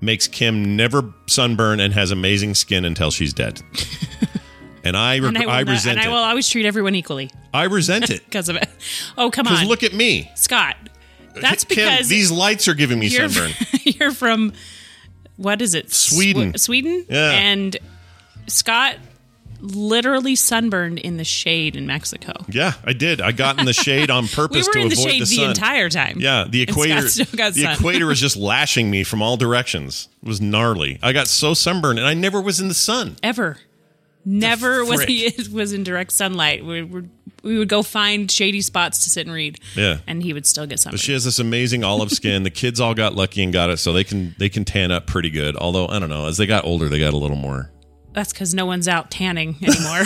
Speaker 1: makes Kim never sunburn and has amazing skin until she's dead. and I, re-
Speaker 8: And I, will
Speaker 1: I,
Speaker 8: not-
Speaker 1: resent
Speaker 8: and I will
Speaker 1: it.
Speaker 8: always treat everyone equally
Speaker 1: I resent it
Speaker 8: because of it. Oh come
Speaker 1: because
Speaker 8: on,
Speaker 1: look at me.
Speaker 8: Scott. That's
Speaker 1: Kim,
Speaker 8: because
Speaker 1: these lights are giving me
Speaker 8: you're,
Speaker 1: sunburn.
Speaker 8: you're from what is it? Swe-
Speaker 1: Sweden.
Speaker 8: Sweden.
Speaker 1: Yeah.
Speaker 8: And Scott literally sunburned in the shade in Mexico.
Speaker 1: yeah, I did. I got in the shade on
Speaker 8: We
Speaker 1: purpose
Speaker 8: were
Speaker 1: to
Speaker 8: in the
Speaker 1: avoid
Speaker 8: shade
Speaker 1: the
Speaker 8: the,
Speaker 1: sun.
Speaker 8: entire time.
Speaker 1: Yeah, the
Speaker 8: And
Speaker 1: equator.
Speaker 8: Scott still got
Speaker 1: the
Speaker 8: sun.
Speaker 1: equator was just lashing me from all directions. It was gnarly. I got so sunburned, and I never was in the sun.
Speaker 8: ever. Never was
Speaker 1: frick.
Speaker 8: he was in direct sunlight. We would we would go find shady spots to sit and read.
Speaker 1: Yeah.
Speaker 8: and he would still get sunburned.
Speaker 1: But she has this amazing olive skin. the kids all got lucky and got it, so they can they can tan up pretty good. Although I don't know, as they got older, they got a little more.
Speaker 8: That's because no one's out tanning anymore.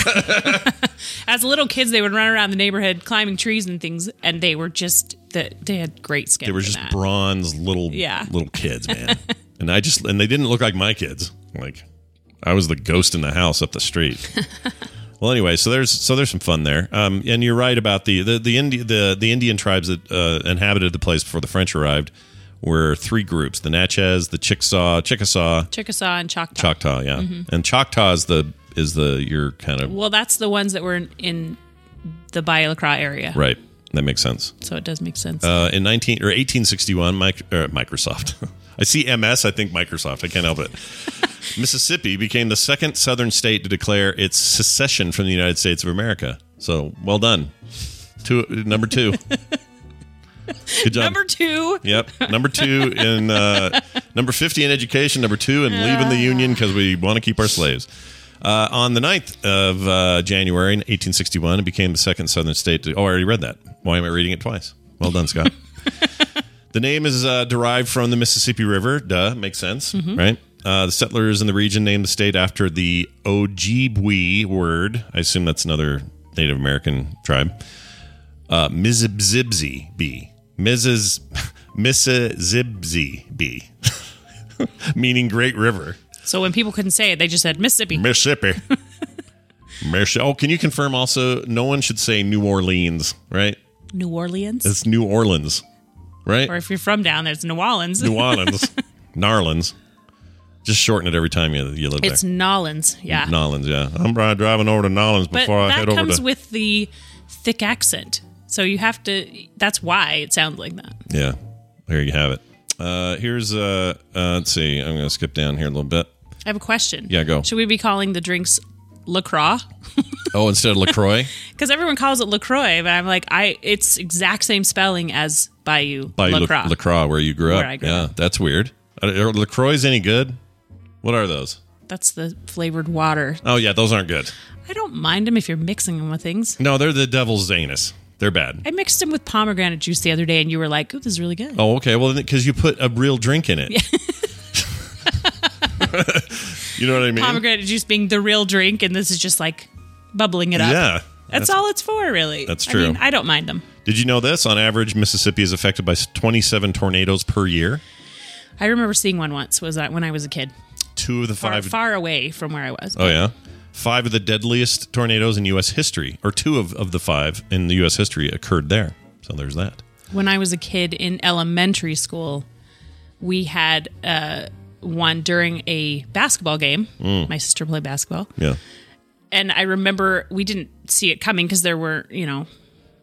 Speaker 8: As little kids, they would run around the neighborhood climbing trees and things, and they were just the, they had great skin.
Speaker 1: They were
Speaker 8: for
Speaker 1: just
Speaker 8: that.
Speaker 1: bronze little
Speaker 8: Yeah.
Speaker 1: little kids, man. and I just and they didn't look like my kids. Like I was the ghost in the house up the street. well, anyway, so there's so there's some fun there. Um, and you're right about the the the Indi- the, the Indian tribes that uh, inhabited the place before the French arrived were three groups: the Natchez, the Chickasaw, Chickasaw,
Speaker 8: Chickasaw and Choctaw.
Speaker 1: Choctaw. Yeah,
Speaker 8: Mm-hmm.
Speaker 1: and Choctaw is the is the your kind of
Speaker 8: well, that's the ones that were in, in the Bayou La Croix area,
Speaker 1: right. That makes sense.
Speaker 8: so it does make sense.
Speaker 1: Uh, in 19 or 1861, mic, er, Microsoft. I see MS. I think Microsoft. I can't help it. Mississippi became the second Southern state to declare its secession from the United States of America. So well done. Two, number two. Good job.
Speaker 8: Number two,
Speaker 1: yep. Number two in uh, number 50 in education. Number two in leaving the union because we want to keep our slaves. Uh, on the 9th of uh, January in 1861, it became the second Southern state to. Oh, I already read that. Why am I reading it twice? Well done, Scott. The name is uh, derived from the Mississippi River. Duh, makes sense, right? Uh, the settlers in the region named the state after the Ojibwe word. I assume that's another Native American tribe. Uh, Mizibzibzi B. Mrs. Mississippi B. Meaning Great River.
Speaker 8: so when people couldn't say it, they just said Mississippi.
Speaker 1: Mississippi. Mississippi. Oh, can you confirm also? No one should say New Orleans, right?
Speaker 8: New Orleans,
Speaker 1: It's New Orleans, right?
Speaker 8: or if you're from down there, it's New Orleans.
Speaker 1: New Orleans, Narlins. Just shorten it every time you, you live
Speaker 8: it's
Speaker 1: there.
Speaker 8: Nolans, yeah.
Speaker 1: Narlins, yeah. I'm probably driving over to Narlins
Speaker 8: but
Speaker 1: before I
Speaker 8: that
Speaker 1: head over
Speaker 8: comes
Speaker 1: to.
Speaker 8: with the thick accent, so you have to. That's why it sounds like that.
Speaker 1: yeah, there you have it. Uh, here's uh, uh, let's see. I'm gonna skip down here a little bit.
Speaker 8: I have a question.
Speaker 1: Yeah, go.
Speaker 8: Should we be calling the drinks LaCroix?
Speaker 1: Oh, instead of Lacroix,
Speaker 8: Because everyone calls it LaCroix, but I'm like, I it's exact same spelling as Bayou,
Speaker 1: by
Speaker 8: LaCroix.
Speaker 1: Lacroix, where you grew
Speaker 8: Where
Speaker 1: up.
Speaker 8: I grew
Speaker 1: yeah, that's weird. Are, are Lacroix's any good? What are those?
Speaker 8: That's the flavored water.
Speaker 1: Oh yeah, those aren't good.
Speaker 8: I don't mind them if you're mixing them with things.
Speaker 1: No, they're the devil's anus. They're bad.
Speaker 8: I mixed them with pomegranate juice the other day, and you were like, "Ooh, this is really good."
Speaker 1: Oh, okay. Well, because you put a real drink in it. you know what I mean?
Speaker 8: Pomegranate juice being the real drink, and this is just like bubbling it up.
Speaker 1: Yeah.
Speaker 8: that's, all it's for, really.
Speaker 1: That's
Speaker 8: I,
Speaker 1: true.
Speaker 8: mean, I don't mind them.
Speaker 1: Did you know this? On average, Mississippi is affected by 27 tornadoes per year.
Speaker 8: I remember seeing one once. Was that when I was a kid?
Speaker 1: Two of the
Speaker 8: Far,
Speaker 1: five.
Speaker 8: far away from where I was.
Speaker 1: Oh, yeah. Five of the deadliest tornadoes in U.S. history, or two of, of the five in the U.S. history, occurred there. So there's that.
Speaker 8: when I was a kid in elementary school, we had uh, one during a basketball game. My sister played basketball,
Speaker 1: Yeah.
Speaker 8: and I remember we didn't see it coming because there were, you know,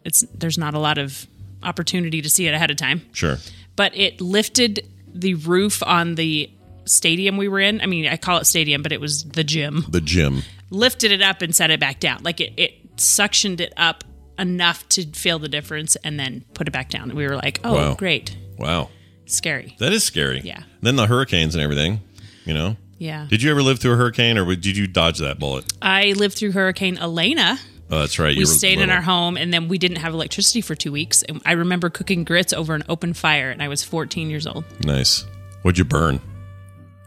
Speaker 8: it's there's not a lot of opportunity to see it ahead of time.
Speaker 1: Sure.
Speaker 8: But it lifted the roof on the stadium we were in. I mean, I call it stadium, but it was the gym
Speaker 1: The gym.
Speaker 8: lifted it up and set it back down. Like it, it suctioned it up enough to feel the difference and then put it back down. We were like, oh,
Speaker 1: Wow.
Speaker 8: great.
Speaker 1: Wow.
Speaker 8: Scary.
Speaker 1: That is scary.
Speaker 8: Yeah.
Speaker 1: Then the hurricanes and everything, you know?
Speaker 8: Yeah.
Speaker 1: Did you ever live through a hurricane or would- did you dodge that bullet?
Speaker 8: I lived through Hurricane Elena.
Speaker 1: Oh, that's right.
Speaker 8: We stayed in our home and then we didn't have electricity for two weeks. And I remember cooking grits over an open fire and I was 14 years old.
Speaker 1: Nice. What'd you burn?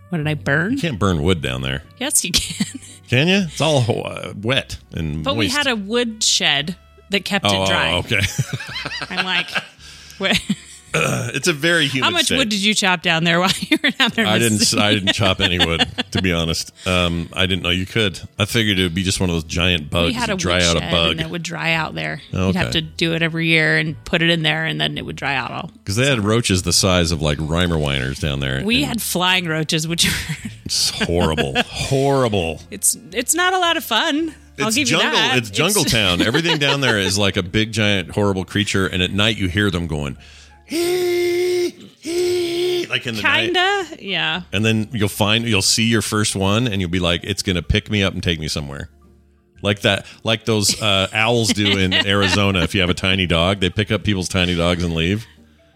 Speaker 8: What did I burn?
Speaker 1: You can't burn wood down there,
Speaker 8: Yes, you can.
Speaker 1: can you? It's all uh, wet and
Speaker 8: But we had a wood shed that kept
Speaker 1: Oh,
Speaker 8: it dry.
Speaker 1: okay. oh.
Speaker 8: I'm like, what-
Speaker 1: it's a very human.
Speaker 8: how much wood did you chop down there while you were down there?
Speaker 1: I didn't. uh,
Speaker 8: Mississippi?
Speaker 1: I didn't chop any wood, to be honest. Um, I didn't know you could. I figured it would be just one of those giant bugs
Speaker 8: we had a
Speaker 1: that dry out a
Speaker 8: woodshed
Speaker 1: bug
Speaker 8: and it would dry out there. You'd
Speaker 1: Okay.
Speaker 8: have to do it every year and put it in there, and then it would dry out all.
Speaker 1: because they had roaches the size of like Reimer whiners down there.
Speaker 8: We
Speaker 1: and
Speaker 8: had flying roaches, which were,
Speaker 1: it's horrible, horrible.
Speaker 8: it's it's not a lot of fun. I'll
Speaker 1: it's
Speaker 8: give
Speaker 1: jungle.
Speaker 8: you that.
Speaker 1: It's jungle town. Everything down there is like a big, giant, horrible creature, and at night you hear them going. like in the night.
Speaker 8: Kinda, yeah.
Speaker 1: and then you'll find you'll see your first one and you'll be like it's gonna pick me up and take me somewhere like that like those uh, owls do in arizona if you have a tiny dog they pick up people's tiny dogs and leave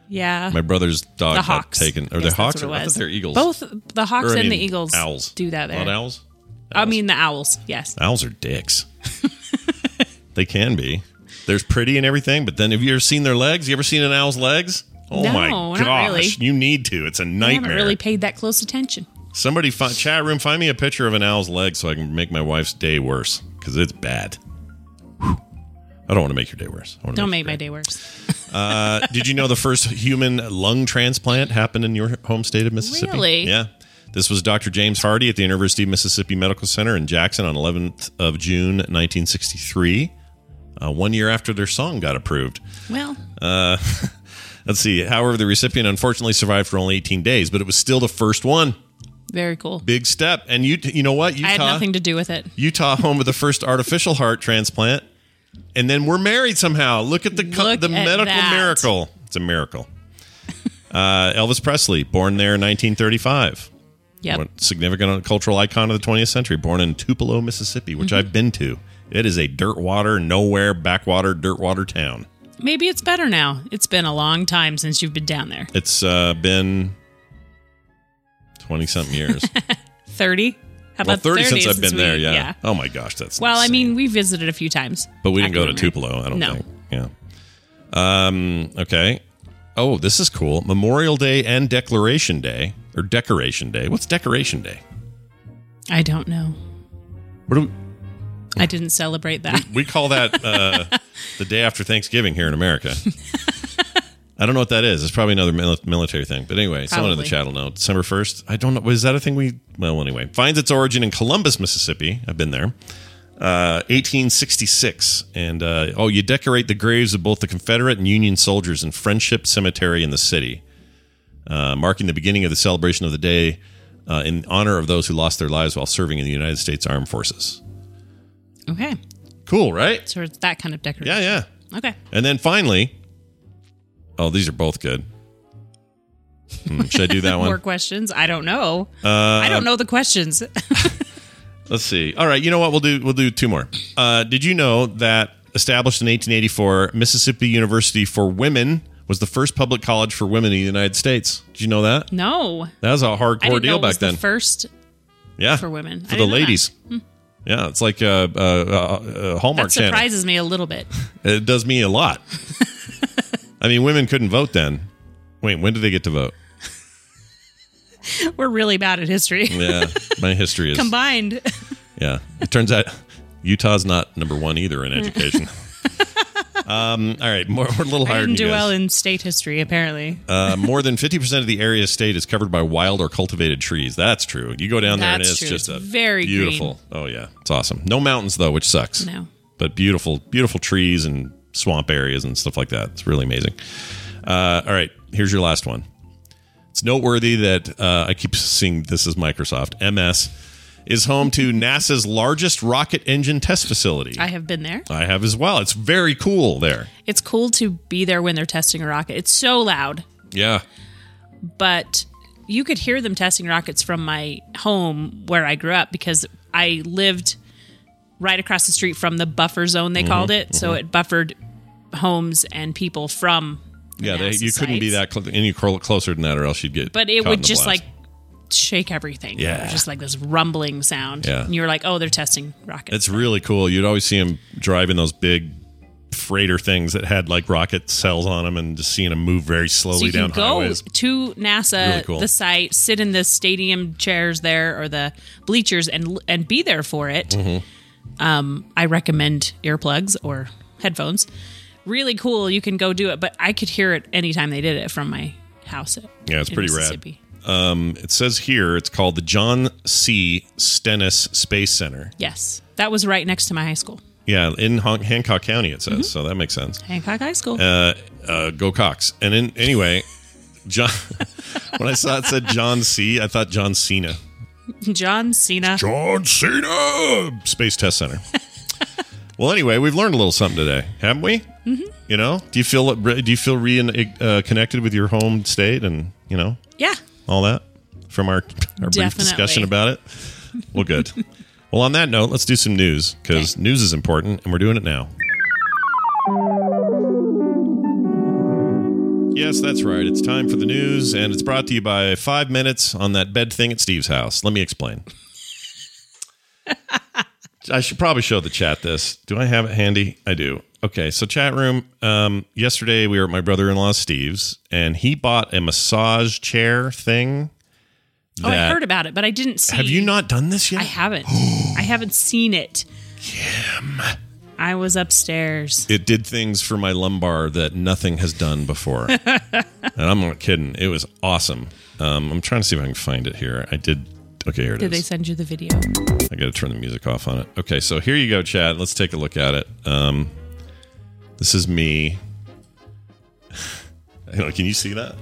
Speaker 8: Yeah.
Speaker 1: my brother's dog
Speaker 8: the
Speaker 1: got
Speaker 8: hawks.
Speaker 1: taken
Speaker 8: I
Speaker 1: or
Speaker 8: guess
Speaker 1: the
Speaker 8: that's
Speaker 1: hawks
Speaker 8: what it
Speaker 1: I thought
Speaker 8: was.
Speaker 1: they're eagles
Speaker 8: Both the hawks
Speaker 1: Or, I
Speaker 8: and
Speaker 1: mean,
Speaker 8: the eagles
Speaker 1: owls
Speaker 8: do that there.
Speaker 1: not owls
Speaker 8: I mean the owls. Yes.
Speaker 1: owls are dicks they can be there's pretty and everything but then have you ever seen their legs you ever seen an owl's legs oh
Speaker 8: No,
Speaker 1: my
Speaker 8: not
Speaker 1: gosh
Speaker 8: really.
Speaker 1: you need to it's a
Speaker 8: I
Speaker 1: nightmare
Speaker 8: haven't really paid that close attention.
Speaker 1: Somebody find chat room. Find me a picture of an owl's leg so I can make my wife's day worse because it's bad. Whew. I don't want to make your day worse. I wanna
Speaker 8: Don't make my
Speaker 1: your
Speaker 8: day worse.
Speaker 1: Uh, did you know the first human lung transplant happened in your home state of Mississippi?
Speaker 8: Really?
Speaker 1: Yeah. This was Dr. James Hardy at the University of Mississippi Medical Center in Jackson on 11th of June 1963, uh, one year after their song got approved.
Speaker 8: Well,
Speaker 1: Uh, let's see. However, the recipient unfortunately survived for only 18 days, but it was still the first one
Speaker 8: very cool.
Speaker 1: big step. And you, you know what? Utah,
Speaker 8: I had nothing to do with it.
Speaker 1: Utah home with the first artificial heart transplant, and then we're married somehow. Look at the co-
Speaker 8: Look
Speaker 1: the
Speaker 8: at
Speaker 1: medical
Speaker 8: that.
Speaker 1: miracle. It's a miracle. Uh, Elvis Presley, born there in 1935.
Speaker 8: Yep.
Speaker 1: One Significant cultural icon of the 20th century, born in Tupelo, Mississippi, which
Speaker 8: Mm-hmm.
Speaker 1: I've been to. It is a dirt water, nowhere, backwater, dirt water town.
Speaker 8: Maybe it's better now. It's been a long time since you've been down there.
Speaker 1: It's uh, been 20 something years.
Speaker 8: 30? How
Speaker 1: well,
Speaker 8: about
Speaker 1: 30 since I've been
Speaker 8: we-
Speaker 1: there, yeah. Oh my gosh, that's
Speaker 8: Well, I
Speaker 1: insane.
Speaker 8: mean, we visited a few times.
Speaker 1: But we didn't
Speaker 8: back
Speaker 1: go to
Speaker 8: in the day.
Speaker 1: Tupelo, I don't
Speaker 8: No.
Speaker 1: think. Yeah. Um, okay. Oh, this is cool. Memorial Day and Declaration Day or Decoration Day. What's Decoration Day?
Speaker 8: I don't know.
Speaker 1: What do
Speaker 8: I didn't celebrate that.
Speaker 1: we, we call that uh, the day after Thanksgiving here in America? I don't know what that is. It's probably another mil- military thing. But anyway, someone in the
Speaker 8: Probably.
Speaker 1: chat will know. December 1st. I don't know. Is that a thing we. Well, anyway. Finds its origin in Columbus, Mississippi. I've been there. Uh, 1866. And uh, oh, you decorate the graves of both the Confederate and Union soldiers in Friendship Cemetery in the city, uh, marking the beginning of the celebration of the day uh, in honor of those who lost their lives while serving in the United States Armed Forces.
Speaker 8: okay.
Speaker 1: Cool, right?
Speaker 8: So it's that kind of decoration.
Speaker 1: Mm. Yeah, yeah.
Speaker 8: yeah. Okay.
Speaker 1: And then finally, oh, these are both good. Hmm, should I do that
Speaker 8: More
Speaker 1: one? Uh,
Speaker 8: questions? I don't know. I don't know the questions.
Speaker 1: Let's see. All right, you know what? We'll do we'll do two more. Uh, did you know that established in 1884, Mississippi University for Women was the first public college for women in the United States? Did you know that?
Speaker 8: no.
Speaker 1: That was a hardcore
Speaker 8: I didn't know
Speaker 1: deal
Speaker 8: it
Speaker 1: back
Speaker 8: was
Speaker 1: then.
Speaker 8: the first
Speaker 1: yeah,
Speaker 8: for women. I
Speaker 1: for the
Speaker 8: didn't know that. Hmm.
Speaker 1: ladies. Yeah, it's like a, uh uh uh Hallmark
Speaker 8: That
Speaker 1: channel.
Speaker 8: surprises me a little bit.
Speaker 1: It does me a lot. I mean, women couldn't vote then. Wait, when did they get to vote?
Speaker 8: We're really bad at history.
Speaker 1: Yeah, my history is
Speaker 8: Combined.
Speaker 1: Yeah. It turns out Utah's not number one either in education. um, all right. More, we're a little
Speaker 8: I
Speaker 1: higher
Speaker 8: didn't
Speaker 1: than
Speaker 8: do
Speaker 1: you guys.
Speaker 8: well in state history, apparently.
Speaker 1: uh, more than 50% of the area state is covered by wild or cultivated trees. That's true. You go down there and
Speaker 8: That's
Speaker 1: it's
Speaker 8: true.
Speaker 1: just
Speaker 8: It's
Speaker 1: a
Speaker 8: very
Speaker 1: beautiful. Oh, yeah. It's awesome. No mountains, though, which sucks.
Speaker 8: No.
Speaker 1: But beautiful, beautiful trees and swamp areas and stuff like that. It's really amazing. Uh, all right. Here's your last one. It's noteworthy that uh, I keep seeing this is Microsoft. MS is home to NASA's largest rocket engine test facility.
Speaker 8: I have been there.
Speaker 1: I have as well. It's very cool there.
Speaker 8: It's cool to be there when they're testing a rocket. It's so loud,
Speaker 1: Yeah.
Speaker 8: but you could hear them testing rockets from my home where I grew up because I lived right across the street from the buffer zone, they
Speaker 1: Mm-hmm,
Speaker 8: called it. So it buffered homes and people from. the
Speaker 1: Yeah, they,
Speaker 8: NASA
Speaker 1: you couldn't be
Speaker 8: sites.
Speaker 1: that cl- any cl- closer than that, or else you'd get.
Speaker 8: But it
Speaker 1: caught in
Speaker 8: would
Speaker 1: the
Speaker 8: just
Speaker 1: blast.
Speaker 8: like shake everything. It
Speaker 1: Yeah.
Speaker 8: was just like this rumbling sound.
Speaker 1: Yeah.
Speaker 8: And you were like, oh, they're testing rockets.
Speaker 1: It's really cool. You'd always see them driving those big freighter things that had like rocket cells on them, and just seeing them move very slowly
Speaker 8: so you
Speaker 1: down
Speaker 8: can go
Speaker 1: highways.
Speaker 8: to NASA,
Speaker 1: Really cool.
Speaker 8: the site, sit in the stadium chairs there or the bleachers, and and be there for it.
Speaker 1: Mm-hmm.
Speaker 8: Um, I recommend earplugs or headphones. Really cool. You can go do it, but I could hear it anytime they did it from my house.
Speaker 1: Yeah, it's
Speaker 8: in
Speaker 1: pretty rad.
Speaker 8: Mississippi.
Speaker 1: Um, it says here it's called the John C. Stennis Space Center.
Speaker 8: Yes, that was right next to my high school,
Speaker 1: Yeah, in Han- Hancock County, it
Speaker 8: Mm-hmm.
Speaker 1: says. So that makes sense.
Speaker 8: Hancock High School.
Speaker 1: uh, uh, go Cox. And in, anyway, John. when I saw it said John C, I thought John Cena.
Speaker 8: John Cena.
Speaker 1: John Cena Space Test Center. well, anyway, we've learned a little something today, haven't we? Mm-hmm. You know, do you feel do you feel re uh, connected with your home state and you know
Speaker 8: Yeah.
Speaker 1: all that from our our brief
Speaker 8: Definitely.
Speaker 1: discussion about it? Well, good. well, on that note, let's do some news because news is important, and we're doing it now. Yes, that's right. It's time for the news, and it's brought to you by Five Minutes on that bed thing at Steve's house. Let me explain. I should probably show the chat this. Do I have it handy? I do. Okay, so chat room. Um, yesterday we were at my brother-in-law Steve's, and he bought a massage chair thing.
Speaker 8: Oh, I
Speaker 1: that-
Speaker 8: heard about it, but I didn't see.
Speaker 1: Have you not done this yet?
Speaker 8: I haven't. I haven't seen it. Kim. I was upstairs.
Speaker 1: it did things for my lumbar that nothing has done before. and I'm not kidding. It was awesome. Um, I'm trying to see if I can find it here. I did. Okay, here it is.
Speaker 8: Did they send you the video?
Speaker 1: I got to turn the music off on it. Okay, so here you go, Chad. Let's take a look at it. Um, this is me. I don't- can you see that?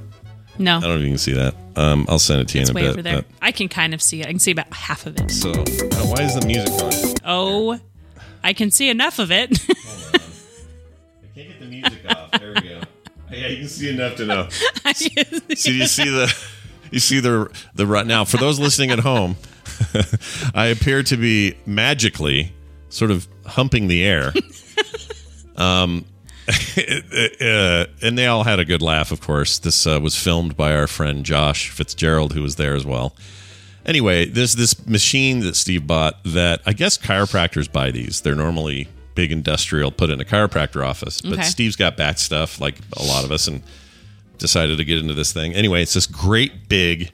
Speaker 8: No.
Speaker 1: I don't know if you can see that. Um, I'll send it to you
Speaker 8: It's
Speaker 1: in a
Speaker 8: way
Speaker 1: bit.
Speaker 8: over there.
Speaker 1: but-
Speaker 8: I can kind of see it. I can see about half of it.
Speaker 1: so, uh, why is the music on?
Speaker 8: Oh, I can see enough of it.
Speaker 1: I can't get the music off. There we go. Yeah, you can see enough to know. So you see the you see the the rut now for those listening at home i appear to be magically sort of humping the air um uh, and they all had a good laugh of course this uh, was filmed by our friend josh fitzgerald who was there as well anyway there's this machine that steve bought that i guess chiropractors buy these they're normally big industrial put in a chiropractor office but
Speaker 8: Okay.
Speaker 1: steve's got back stuff like a lot of us and decided to get into this thing. Anyway, it's this great big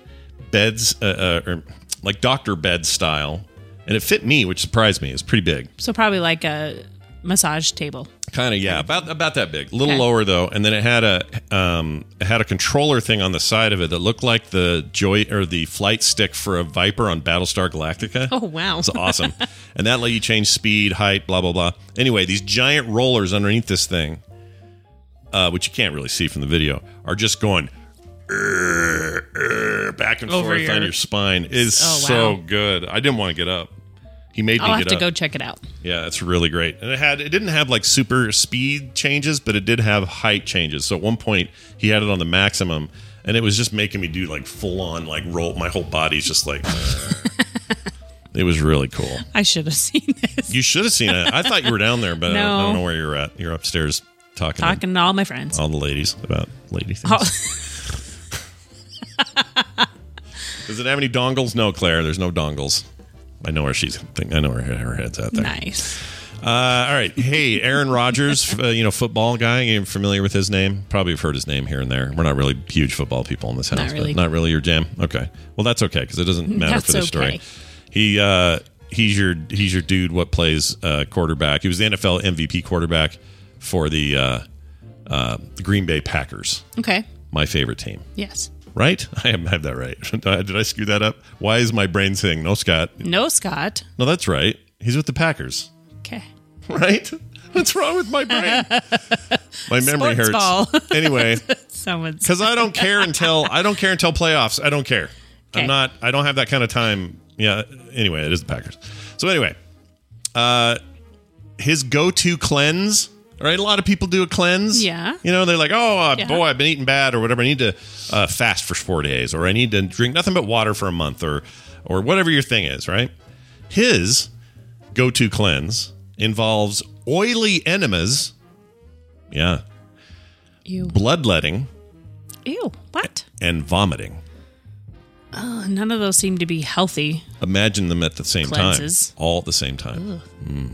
Speaker 1: beds, uh, uh, or like doctor bed style, and it fit me, which surprised me. It's pretty big,
Speaker 8: so probably like a massage table.
Speaker 1: kind of yeah, about about that big. A little
Speaker 8: Okay.
Speaker 1: lower though, and then it had a um, it had a controller thing on the side of it that looked like the joy or the flight stick for a Viper on Battlestar Galactica.
Speaker 8: Oh wow.
Speaker 1: It's awesome. and that let you change speed, height, blah, blah, blah. Anyway, these giant rollers underneath this thing, uh, which you can't really see from the video, are just going "Err, err," back and
Speaker 8: Over
Speaker 1: forth on
Speaker 8: your-
Speaker 1: your spine. It's
Speaker 8: Oh,
Speaker 1: so
Speaker 8: wow.
Speaker 1: good. I didn't want to get up. He made me
Speaker 8: I'll have
Speaker 1: get
Speaker 8: to
Speaker 1: up.
Speaker 8: go check it out.
Speaker 1: Yeah, it's really great. And it had it didn't have like super speed changes, but it did have height changes. So at one point he had it on the maximum and it was just making me do like full on like roll my whole body's just like It was really cool.
Speaker 8: I should have seen this.
Speaker 1: You should have seen it. I thought you were down there, but I, don't, I
Speaker 8: No.
Speaker 1: don't know where you're at. You're upstairs talking, to
Speaker 8: Talking to all my friends.
Speaker 1: all the ladies about lady things.
Speaker 8: Oh.
Speaker 1: Does it have any dongles? No, Claire. There's no dongles. I know where she's. Think, I know where her, her head's at there.
Speaker 8: nice.
Speaker 1: Uh, all right. Hey, Aaron Rodgers, f- uh, you know, football guy. You're familiar with his name? Probably have heard his name here and there. We're not really huge football people in this house,
Speaker 8: really.
Speaker 1: but not really your jam. Okay. Well, that's okay because it doesn't matter for
Speaker 8: That's
Speaker 1: this story.
Speaker 8: okay.
Speaker 1: He uh, he's your he's your dude. What plays uh, quarterback? He was the NFL MVP quarterback for the uh, uh, the Green Bay Packers,
Speaker 8: Okay.
Speaker 1: my favorite team.
Speaker 8: Yes.
Speaker 1: Right? I have, I have that right. Did I screw that up? Why is my brain saying no, Scott?
Speaker 8: No, Scott.
Speaker 1: No, that's right. He's with the Packers
Speaker 8: Okay.
Speaker 1: right? What's wrong with my brain? My memory
Speaker 8: Sports
Speaker 1: hurts.
Speaker 8: ball.
Speaker 1: anyway,
Speaker 8: Someone's.
Speaker 1: because I don't care until I don't care until playoffs. I don't care.
Speaker 8: Okay.
Speaker 1: I'm not. I don't have that kind of time. Yeah. Anyway, it is the Packers. So anyway, uh, his go-to cleanse. Right, a lot of people do a cleanse.
Speaker 8: Yeah.
Speaker 1: you know they're like, oh uh,
Speaker 8: Yeah.
Speaker 1: boy, I've been eating bad or whatever. I need to uh, fast for four days, or I need to drink nothing but water for a month, or or whatever your thing is. Right, his go to cleanse involves oily enemas, yeah,
Speaker 8: Ew.
Speaker 1: bloodletting,
Speaker 8: Ew. What?
Speaker 1: and vomiting.
Speaker 8: Oh, none of those seem to be healthy.
Speaker 1: Imagine them at the same
Speaker 8: Cleanses.
Speaker 1: time, all at the same time. Mm.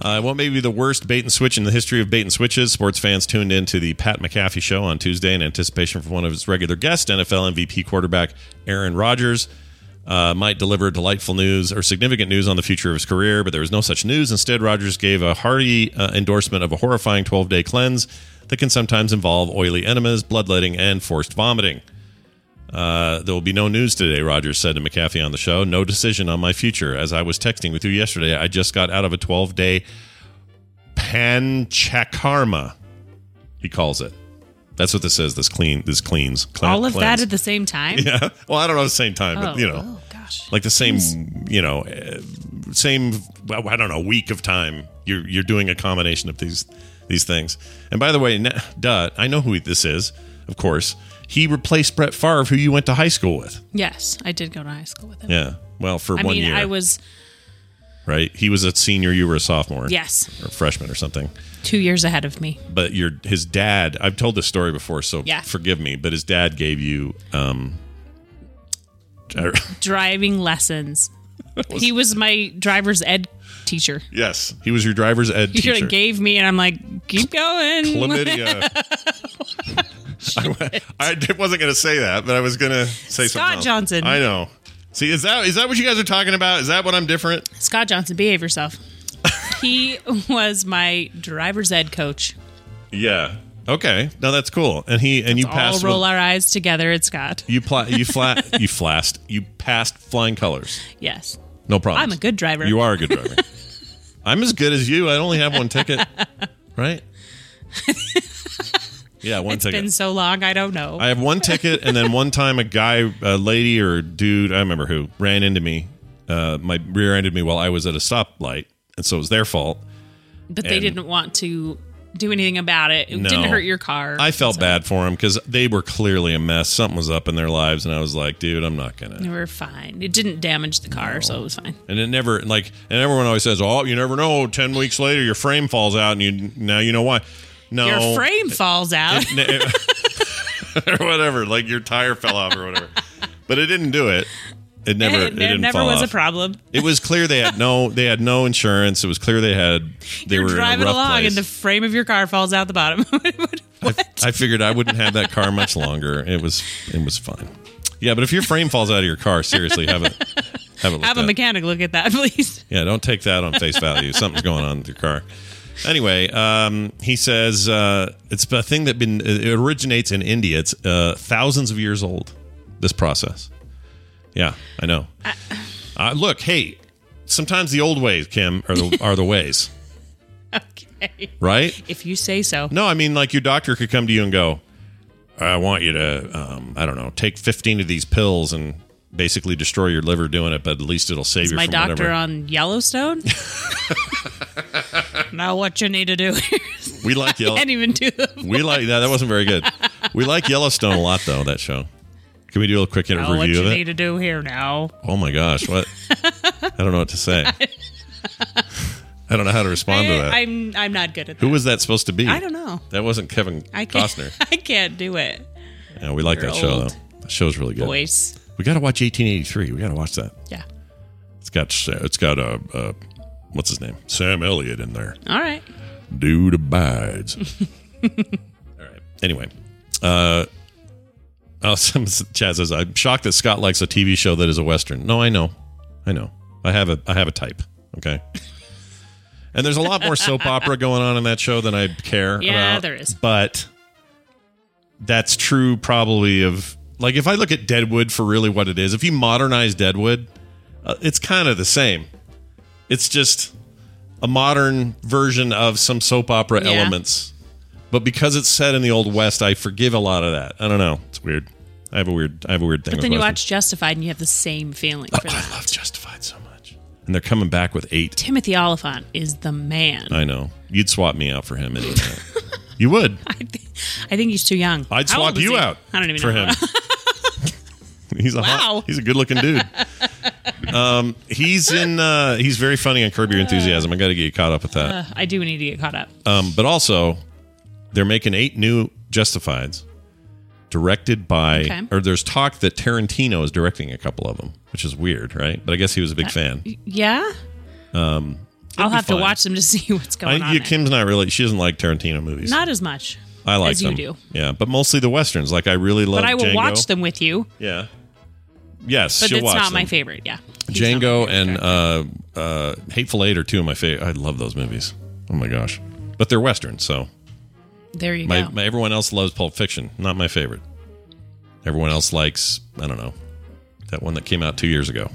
Speaker 1: Uh, what may be the worst bait and switch in the history of bait and switches? Sports fans tuned in to the Pat McAfee show on Tuesday in anticipation for one of his regular guests, NFL MVP quarterback Aaron Rodgers. Uh, might deliver delightful news or significant news on the future of his career, but there was no such news. Instead, Rodgers gave a hearty uh, endorsement of a horrifying 12 day cleanse that can sometimes involve oily enemas, bloodletting, and forced vomiting. Uh, there will be no news today, Rogers said to McAfee on the show. No decision on my future. As I was texting with you yesterday, I just got out of a 12 day panchakarma, he calls it. That's what this is. This clean, this cleans. Cle-
Speaker 8: all of that
Speaker 1: cleanse.
Speaker 8: at the same time.
Speaker 1: yeah. Well, I don't know at the same time,
Speaker 8: Oh,
Speaker 1: but you know,
Speaker 8: oh gosh.
Speaker 1: like the same, you know, eh, uh, same. well, I don't know, week of time. You're you're doing a combination of these these things. And by the way, na- duh, I know who this is, of course. He replaced Brett Favre, who you went to high school with.
Speaker 8: Yes, I did go to high school with him.
Speaker 1: Yeah. Well, for
Speaker 8: I
Speaker 1: one
Speaker 8: mean,
Speaker 1: year,
Speaker 8: I was
Speaker 1: right? He was a senior, you were a sophomore.
Speaker 8: yes,
Speaker 1: Or freshman or something.
Speaker 8: two years ahead of me.
Speaker 1: But your his dad, I've told this story before, so
Speaker 8: Yeah.
Speaker 1: forgive me, but his dad gave you um
Speaker 8: Driving lessons. he was my driver's ed teacher.
Speaker 1: Yes. He was your driver's ed
Speaker 8: He
Speaker 1: teacher.
Speaker 8: like gave me, and I'm like, keep going.
Speaker 1: Chlamydia. I, I d- wasn't going to say that, but I was going to say something.
Speaker 8: Scott
Speaker 1: else.
Speaker 8: Johnson.
Speaker 1: I know. See, is that is that what you guys are talking about? Is that what I'm different?
Speaker 8: Scott Johnson, behave yourself. he was my driver's ed coach.
Speaker 1: Yeah. Okay. No, that's cool. And he and you
Speaker 8: All
Speaker 1: passed.
Speaker 8: roll
Speaker 1: with-
Speaker 8: our eyes together at Scott.
Speaker 1: you pla- you flat you flashed you passed flying colors.
Speaker 8: Yes.
Speaker 1: No problem.
Speaker 8: I'm a good driver.
Speaker 1: You are a good driver. I'm as good as you. I only have one ticket, right? Yeah, one
Speaker 8: It's
Speaker 1: ticket.
Speaker 8: been so long, I don't know.
Speaker 1: I have one ticket, and then one time a guy, a lady or dude, I remember who, ran into me, uh, my rear-ended me while I was at a stoplight, and so it was their fault.
Speaker 8: but they
Speaker 1: and-
Speaker 8: didn't want to do anything about it. It
Speaker 1: No.
Speaker 8: didn't hurt your car.
Speaker 1: I felt
Speaker 8: So
Speaker 1: bad for them because they were clearly a mess. Something was up in their lives, and I was like, dude, I'm not
Speaker 8: You
Speaker 1: gonna.
Speaker 8: were fine. It didn't damage the car, so it was fine.
Speaker 1: And it never like, and everyone always says, oh, you never know. Ten weeks later, your frame falls out, and you now you know why. No,
Speaker 8: Your frame falls out.
Speaker 1: or whatever, like your tire fell off or whatever. But it didn't do it. It never. It,
Speaker 8: it
Speaker 1: didn't
Speaker 8: never
Speaker 1: fall
Speaker 8: was a
Speaker 1: off.
Speaker 8: problem.
Speaker 1: It was clear they had no they had no insurance. It was clear they had they
Speaker 8: You're
Speaker 1: were in a
Speaker 8: driving
Speaker 1: rough
Speaker 8: along
Speaker 1: place.
Speaker 8: and the frame of your car falls out the bottom.
Speaker 1: I figured I wouldn't have that car much longer. It was it was fine. Yeah, but if your frame falls out of your car, seriously, have it have it looked
Speaker 8: Have a
Speaker 1: at.
Speaker 8: mechanic look at that, please.
Speaker 1: Yeah, don't take that on face value. Something's going on with your car. Anyway, um, he says uh, it's a thing that been it originates in India. It's uh, thousands of years old. This process. Yeah, I know. uh, look, hey, sometimes the old ways, Kim, are the are the ways,
Speaker 8: Okay.
Speaker 1: right?
Speaker 8: If you say so.
Speaker 1: No, I mean like your doctor could come to you and go, "I want you to, um, I don't know, take fifteen of these pills and basically destroy your liver doing it, but at least it'll save
Speaker 8: Is
Speaker 1: you
Speaker 8: my
Speaker 1: from
Speaker 8: doctor
Speaker 1: whatever."
Speaker 8: on Yellowstone? now what you need to do is
Speaker 1: we like yellow.
Speaker 8: can't even do them.
Speaker 1: we like that. That wasn't very good. We like Yellowstone a lot, though. That show. Can we do a quick
Speaker 8: Now what
Speaker 1: review
Speaker 8: you
Speaker 1: of it?
Speaker 8: need to do here now.
Speaker 1: Oh my gosh, what? I don't know what to say. I don't know how to respond to that.
Speaker 8: I, am Eh, I'm not good at that.
Speaker 1: Who was that supposed to be?
Speaker 8: I don't know.
Speaker 1: That wasn't Kevin
Speaker 8: I can't
Speaker 1: Costner.
Speaker 8: I can't do it.
Speaker 1: Yeah, we like
Speaker 8: You're
Speaker 1: that show
Speaker 8: old.
Speaker 1: though. That show's really good.
Speaker 8: Voice.
Speaker 1: We got to watch 1883. We got to watch that.
Speaker 8: Yeah.
Speaker 1: It's got it's got uh, uh, what's his name? Sam Elliott in there.
Speaker 8: All right.
Speaker 1: Dude abides. All right. Anyway, uh, oh, some Chad says I'm shocked that Scott likes a TV show that is a western. No, I know, I know. I have a I have a type. Okay. And there's a lot more soap opera going on in that show than I care
Speaker 8: Yeah,
Speaker 1: about.
Speaker 8: there is.
Speaker 1: But that's true probably of like if I look at Deadwood for really what it is, if you modernize Deadwood, uh, it's kind of the same. It's just a modern version of some soap opera
Speaker 8: Yeah.
Speaker 1: elements. But because it's set in the old west, I forgive a lot of that. I don't know. It's weird. I have a weird I have a weird thing
Speaker 8: But
Speaker 1: with
Speaker 8: then you
Speaker 1: westerns.
Speaker 8: watch Justified and you have the same feeling for
Speaker 1: I
Speaker 8: that.
Speaker 1: love Justified so much. And they're coming back with 8.
Speaker 8: Timothy Oliphant is the man. I,
Speaker 1: I know. You'd swap me out for him any day. you would.
Speaker 8: thi- I think he's too young.
Speaker 1: I'd
Speaker 8: How old
Speaker 1: swap
Speaker 8: was
Speaker 1: you
Speaker 8: he?
Speaker 1: out.
Speaker 8: I don't even
Speaker 1: for
Speaker 8: know.
Speaker 1: him. he's a hot,
Speaker 8: Wow.
Speaker 1: he's a good looking dude. Um, he's in. Uh, he's very funny on Curb Your Enthusiasm. I got to get you caught up with that.
Speaker 8: I do need to get caught up.
Speaker 1: Um, but also, they're making eight new Justifieds, directed by.
Speaker 8: Okay.
Speaker 1: Or there's talk that Tarantino is directing a couple of them, which is weird, right? But I guess he was a big fan.
Speaker 8: Yeah. Uh, I'll
Speaker 1: be
Speaker 8: have
Speaker 1: fun.
Speaker 8: to watch them to see what's going
Speaker 1: I,
Speaker 8: on.
Speaker 1: you-
Speaker 8: there.
Speaker 1: Kim's not really. She doesn't like Tarantino movies.
Speaker 8: Not as much.
Speaker 1: I like
Speaker 8: as you
Speaker 1: them.
Speaker 8: do.
Speaker 1: Yeah, but mostly the westerns. Like I really love.
Speaker 8: But I will
Speaker 1: Django.
Speaker 8: watch them with you.
Speaker 1: Yeah. Yes,
Speaker 8: But
Speaker 1: she'll
Speaker 8: it's
Speaker 1: watch
Speaker 8: not
Speaker 1: them.
Speaker 8: my favorite. Yeah. He's not my
Speaker 1: Django
Speaker 8: favorite
Speaker 1: and
Speaker 8: character.
Speaker 1: uh, uh, Hateful Eight are two of my favorite. I love those movies. Oh my gosh, but they're westerns. So
Speaker 8: there you
Speaker 1: my,
Speaker 8: go.
Speaker 1: my everyone else loves Pulp Fiction. Not my favorite. Everyone else likes I don't know that one that came out two years ago.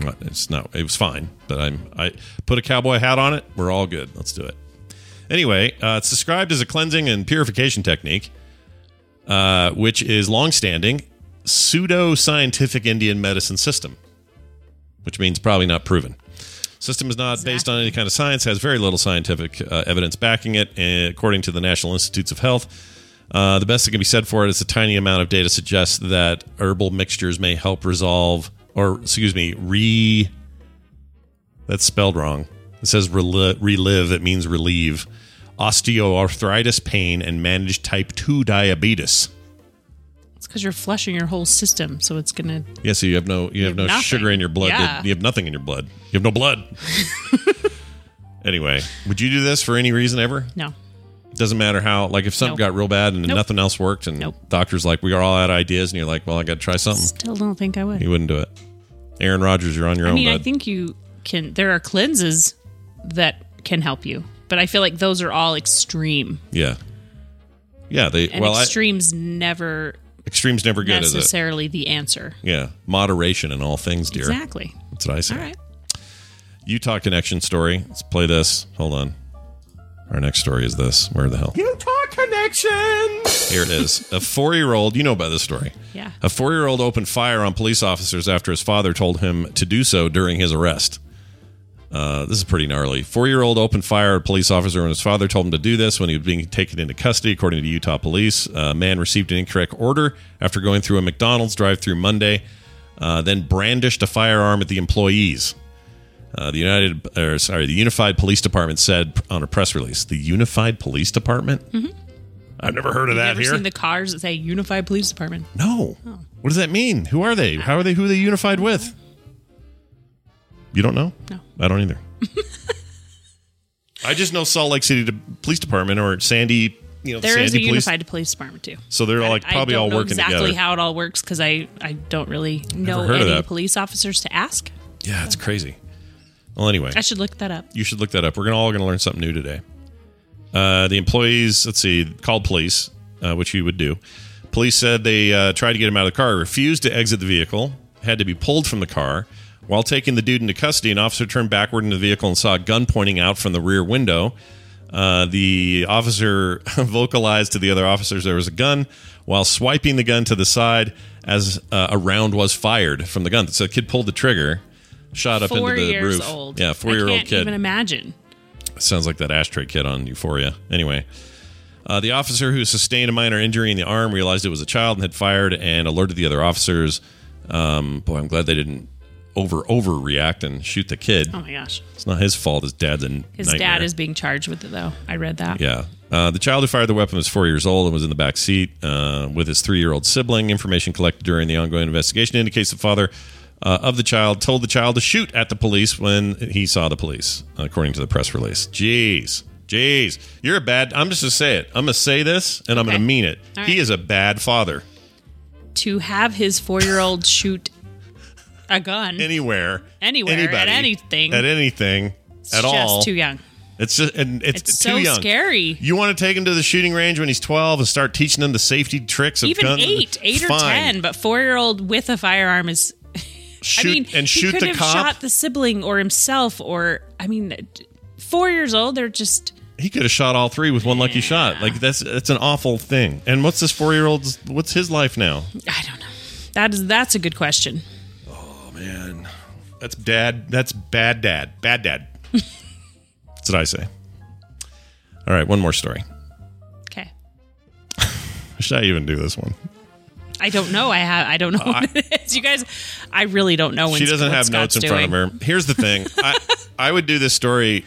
Speaker 1: Not- It's not. It was fine, but I'm I put a cowboy hat on it. We're all good. Let's do it. Anyway, uh, it's described as a cleansing and purification technique, uh, which is longstanding pseudo scientific Indian medicine system, which means probably not proven. System is not based on any kind of science, has very little scientific uh, evidence backing it, uh, according to the National Institutes of Health. Uh, the best that can be said for it is a tiny amount of data suggests that herbal mixtures may help resolve, or excuse me, re. That's spelled wrong. It says rel- relive. It means relieve osteoarthritis pain and manage type two diabetes.
Speaker 8: It's because you're flushing your whole system, so it's gonna.
Speaker 1: Yeah, so you have no you have no
Speaker 8: nothing.
Speaker 1: sugar in your blood.
Speaker 8: Yeah.
Speaker 1: You have nothing in your blood. You have no blood. anyway, would you do this for any reason ever?
Speaker 8: No,
Speaker 1: Doesn't matter how. Like if something
Speaker 8: Nope.
Speaker 1: got real bad and
Speaker 8: Nope.
Speaker 1: nothing else worked, and
Speaker 8: Nope.
Speaker 1: doctors like we are all out of ideas, and you're like, well, I got to try something.
Speaker 8: still don't think I would.
Speaker 1: You wouldn't do it. Aaron Rodgers, you're on your
Speaker 8: I
Speaker 1: own.
Speaker 8: mean, I
Speaker 1: bud.
Speaker 8: think you can. There are cleanses that can help you, but I feel like those are all extreme,
Speaker 1: yeah, yeah. They
Speaker 8: and
Speaker 1: well, I-
Speaker 8: extremes never
Speaker 1: extreme's never good, is it?
Speaker 8: necessarily the answer.
Speaker 1: Yeah, moderation in all things, dear.
Speaker 8: Exactly.
Speaker 1: That's what I say.
Speaker 8: All right.
Speaker 1: Utah connection story. Let's play this. Hold on. Our next story is this. Where the hell?
Speaker 2: Utah Connection!
Speaker 1: Here it is. A four year old, you know about this story.
Speaker 8: Yeah.
Speaker 1: A four year old opened fire on police officers after his father told him to do so during his arrest. Uh, this is pretty gnarly. Four year old opened fire at a police officer when his father told him to do this when he was being taken into custody, according to Utah police. A man received an incorrect order after going through a McDonald's drive through Monday, uh, then brandished a firearm at the employees. Uh, the United, or sorry, the Unified Police Department said on a press release. The Unified Police Department. Mm-hmm. I've never heard of
Speaker 8: You
Speaker 1: that
Speaker 8: ever
Speaker 1: here.
Speaker 8: seen the cars that say Unified Police Department?
Speaker 1: No. What does that mean? Who are they? How are they? Who are they unified with? You don't know?
Speaker 8: No.
Speaker 1: I don't either. I just know Salt Lake City De- Police Department or Sandy, you know, the
Speaker 8: There is
Speaker 1: Sandy
Speaker 8: a
Speaker 1: Police.
Speaker 8: Unified Police Department too.
Speaker 1: So they're like
Speaker 8: I
Speaker 1: probably
Speaker 8: don't
Speaker 1: all
Speaker 8: know
Speaker 1: working
Speaker 8: exactly
Speaker 1: together.
Speaker 8: how it all works because I, I don't really know
Speaker 1: heard of
Speaker 8: any
Speaker 1: that.
Speaker 8: police officers to ask.
Speaker 1: yeah, it's crazy. Well, anyway,
Speaker 8: I should look that up.
Speaker 1: you should look that up. We're gonna, all going to learn something new today. Uh, the employees, let's see, called police, uh, which you would do. Police said they uh, tried to get him out of the car, refused to exit the vehicle, had to be pulled from the car. While taking the dude into custody, an officer turned backward into the vehicle and saw a gun pointing out from the rear window. Uh, the officer vocalized to the other officers there was a gun while swiping the gun to the side as uh, a round was fired from the gun. So the kid pulled the trigger, shot up
Speaker 8: Four
Speaker 1: into the
Speaker 8: years
Speaker 1: roof.
Speaker 8: old.
Speaker 1: Yeah, four year
Speaker 8: I
Speaker 1: old
Speaker 8: can't
Speaker 1: kid.
Speaker 8: Even imagine.
Speaker 1: Sounds like that ashtray kid on Euphoria. Anyway, uh, the officer who sustained a minor injury in the arm realized it was a child and had fired and alerted the other officers. Um, boy, I'm glad they didn't over overreact and shoot the kid.
Speaker 8: Oh my gosh,
Speaker 1: It's not his fault. His dad's a
Speaker 8: his
Speaker 1: nightmare.
Speaker 8: dad is being charged with it though. I read that.
Speaker 1: Yeah. Uh, the child who fired the weapon was four years old and was in the back seat uh, with his three year old sibling. Information collected during the ongoing investigation indicates the father uh, of the child told the child to shoot at the police when he saw the police, according to the press release. Jeez. Jeez. You're a bad. I'm just going to say it. I'm going to say this and I'm
Speaker 8: Okay.
Speaker 1: going to mean it.
Speaker 8: All
Speaker 1: He
Speaker 8: right.
Speaker 1: is a bad father.
Speaker 8: To have his four year old shoot a gun
Speaker 1: Anywhere.
Speaker 8: Anywhere, at
Speaker 1: anybody,
Speaker 8: anything.
Speaker 1: At anything.
Speaker 8: it's
Speaker 1: at
Speaker 8: just
Speaker 1: all.
Speaker 8: too young.
Speaker 1: It's just, and it's,
Speaker 8: It's
Speaker 1: too
Speaker 8: so
Speaker 1: young.
Speaker 8: scary.
Speaker 1: You want to take him to the shooting range when he's 12 and start teaching him the safety tricks of
Speaker 8: Even
Speaker 1: gun-
Speaker 8: eight, eight or
Speaker 1: Fine.
Speaker 8: ten, but four year old with a firearm is.
Speaker 1: Shoot
Speaker 8: I mean,
Speaker 1: and shoot
Speaker 8: he could
Speaker 1: the
Speaker 8: have
Speaker 1: cop.
Speaker 8: shot the sibling or himself or I mean, four years old. They're just.
Speaker 1: he could have shot all three with one lucky shot. Like that's that's an awful thing. And what's this 4-year-old's what's his life now?
Speaker 8: I don't know. That is that's a good question.
Speaker 1: Oh man. That's dad. That's bad dad. Bad dad. that's what I say. All right, one more story.
Speaker 8: Okay.
Speaker 1: Should I even do this one?
Speaker 8: I don't know. I have. I don't know what it is. You guys, I really don't know. When
Speaker 1: Uh, she doesn't
Speaker 8: what
Speaker 1: have
Speaker 8: Scott's
Speaker 1: notes in
Speaker 8: doing.
Speaker 1: front of her. Here's the thing. I, I would do this story.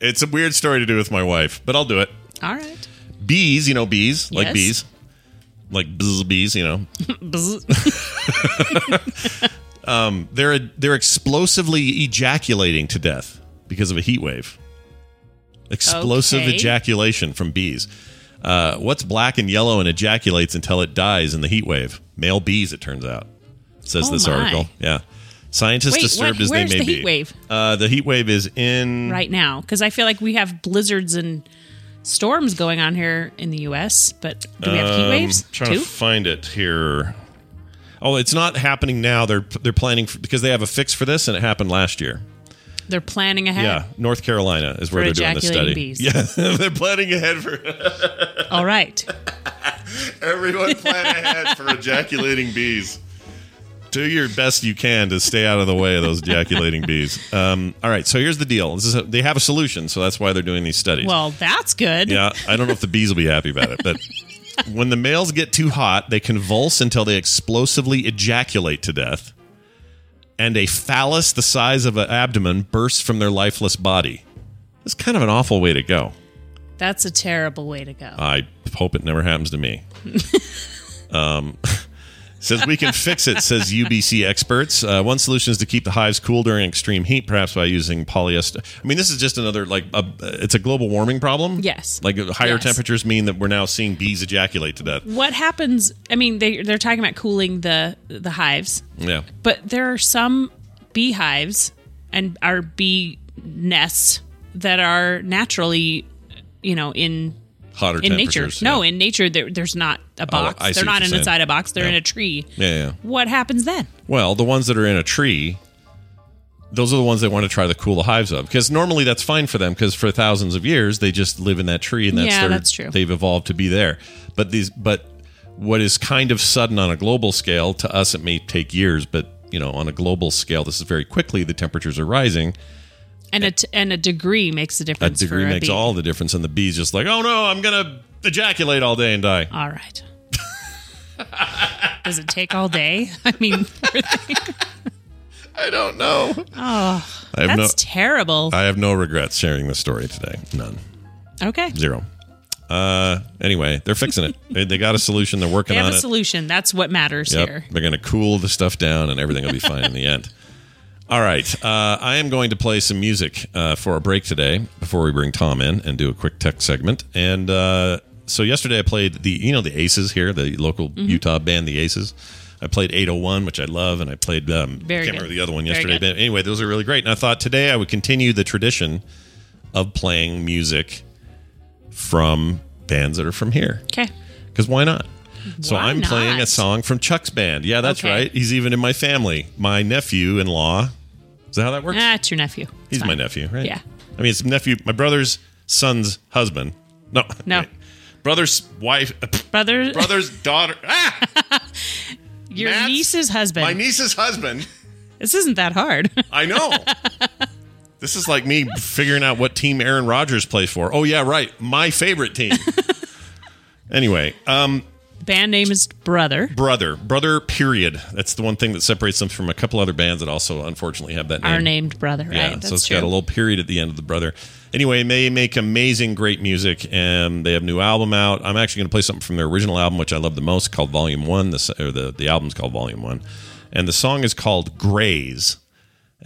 Speaker 1: It's a weird story to do with my wife, but I'll do it.
Speaker 8: All right.
Speaker 1: bees, you know, bees, like
Speaker 8: Yes.
Speaker 1: bees, like bzz, bees, you know.
Speaker 8: Bzz.
Speaker 1: They're they're explosively ejaculating to death because of a heat wave. Explosive
Speaker 8: Okay.
Speaker 1: ejaculation from bees. Uh, what's black and yellow and ejaculates until it dies in the heat wave? Male bees, it turns out. Says
Speaker 8: Oh
Speaker 1: this
Speaker 8: my.
Speaker 1: article. Yeah. Scientists
Speaker 8: Wait,
Speaker 1: disturbed
Speaker 8: what-
Speaker 1: as they
Speaker 8: where's
Speaker 1: may
Speaker 8: the
Speaker 1: be.
Speaker 8: heat wave?
Speaker 1: Uh, the heat wave is in
Speaker 8: right now, because I feel like we have blizzards and storms going on here in the U.S. But do we have heat
Speaker 1: Um,
Speaker 8: waves
Speaker 1: trying
Speaker 8: too?
Speaker 1: to find it here. Oh, it's not happening now. They're they're planning for, because they have a fix for this, and it happened last year.
Speaker 8: They're planning ahead.
Speaker 1: Yeah, North Carolina is where
Speaker 8: For
Speaker 1: they're doing this study.
Speaker 8: ejaculating bees.
Speaker 1: Yeah, they're planning ahead for
Speaker 8: All right.
Speaker 1: everyone. Plan ahead for ejaculating bees. do your best you can to stay out of the way of those ejaculating bees. Um, all right, so here's the deal. This is a, they have a solution, so that's why they're doing these studies.
Speaker 8: Well, that's good.
Speaker 1: yeah, I don't know if the bees will be happy about it, but when the males get too hot, they convulse until they explosively ejaculate to death, and a phallus the size of an abdomen bursts from their lifeless body. It's kind of an awful way to go.
Speaker 8: That's a terrible way to go.
Speaker 1: I hope it never happens to me. um, says we can fix it, says UBC experts. Uh, one solution is to keep the hives cool during extreme heat, perhaps by using polyester. I mean, this is just another like a, uh, it's a global warming problem.
Speaker 8: Yes.
Speaker 1: like higher
Speaker 8: Yes.
Speaker 1: temperatures mean that we're now seeing bees ejaculate to death.
Speaker 8: what happens? I mean, they they're talking about cooling the the hives,
Speaker 1: Yeah,
Speaker 8: but there are some beehives and our bee nests that are naturally, you know, in
Speaker 1: hotter
Speaker 8: in nature.
Speaker 1: temperatures.
Speaker 8: No,
Speaker 1: yeah. Oh,
Speaker 8: in nature, there, there's not a box.
Speaker 1: I see
Speaker 8: they're
Speaker 1: what
Speaker 8: not
Speaker 1: you're
Speaker 8: in
Speaker 1: saying.
Speaker 8: inside a box. They're
Speaker 1: Yeah.
Speaker 8: in a tree.
Speaker 1: yeah, yeah.
Speaker 8: What happens then?
Speaker 1: Well, the ones that are in a tree, those are the ones they want to try to cool the hives of because normally that's fine for them because for thousands of years they just live in that tree and that's
Speaker 8: Yeah,
Speaker 1: their,
Speaker 8: that's true.
Speaker 1: They've evolved to be there. But these, but what is kind of sudden on a global scale to us, it may take years, but you know, on a global scale, this is very quickly. The temperatures are rising.
Speaker 8: And a t- and a degree makes a
Speaker 1: A
Speaker 8: difference.
Speaker 1: degree
Speaker 8: for a
Speaker 1: makes
Speaker 8: bee.
Speaker 1: all the difference, and the bees just like, oh no, I'm gonna ejaculate all day and die.
Speaker 8: All right. Does it take all day? I mean,
Speaker 1: I don't know. I have
Speaker 8: that's
Speaker 1: no.
Speaker 8: terrible.
Speaker 1: I have no regrets sharing this story today. None.
Speaker 8: okay.
Speaker 1: Zero. Uh, anyway, they're fixing it. they, they got a solution. They're working
Speaker 8: They have
Speaker 1: on
Speaker 8: a
Speaker 1: it.
Speaker 8: solution. That's what matters
Speaker 1: Yep.
Speaker 8: here.
Speaker 1: They're going to cool the stuff down and everything will be fine in the end. All right. Uh, I am going to play some music uh, for a break today before we bring Tom in and do a quick tech segment. And uh, so yesterday I played the, you know, the Aces here, the local
Speaker 8: Mm-hmm.
Speaker 1: Utah band, the Aces. I played 801, which I love, and I played, um, I
Speaker 8: Very
Speaker 1: can't
Speaker 8: good.
Speaker 1: remember the other one
Speaker 8: Very
Speaker 1: yesterday.
Speaker 8: good.
Speaker 1: But anyway, those are really great. And I thought today I would continue the tradition of playing music from bands that are from here
Speaker 8: Okay.
Speaker 1: because why not? So
Speaker 8: Why
Speaker 1: I'm playing a
Speaker 8: not?
Speaker 1: song from Chuck's band. Yeah, that's
Speaker 8: Okay.
Speaker 1: right. He's even in my family. My nephew-in-law. Is that how that works?
Speaker 8: Ah, it's your nephew.
Speaker 1: He's my nephew, right?
Speaker 8: Yeah.
Speaker 1: I mean, it's nephew, my brother's son's husband. No.
Speaker 8: No.
Speaker 1: wait. Brother's wife, uh,
Speaker 8: Brother,
Speaker 1: brother's daughter. Ah,
Speaker 8: your
Speaker 1: Matt's-
Speaker 8: niece's husband.
Speaker 1: my niece's husband.
Speaker 8: this isn't that hard.
Speaker 1: I know. this is like me figuring out what team Aaron Rodgers plays for. Oh yeah, right. My favorite team. anyway,
Speaker 8: Band name is Brother.
Speaker 1: brother brother period that's the one thing that separates them from a couple other bands that also unfortunately have that name
Speaker 8: Our named brother, right?
Speaker 1: yeah
Speaker 8: That's
Speaker 1: so it's
Speaker 8: true.
Speaker 1: got a little period at the end of the brother anyway they make amazing great music and they have a new album out i'm actually going to play something from their original album which i love the most called volume one the, s- or the, the album's called volume one and the song is called grays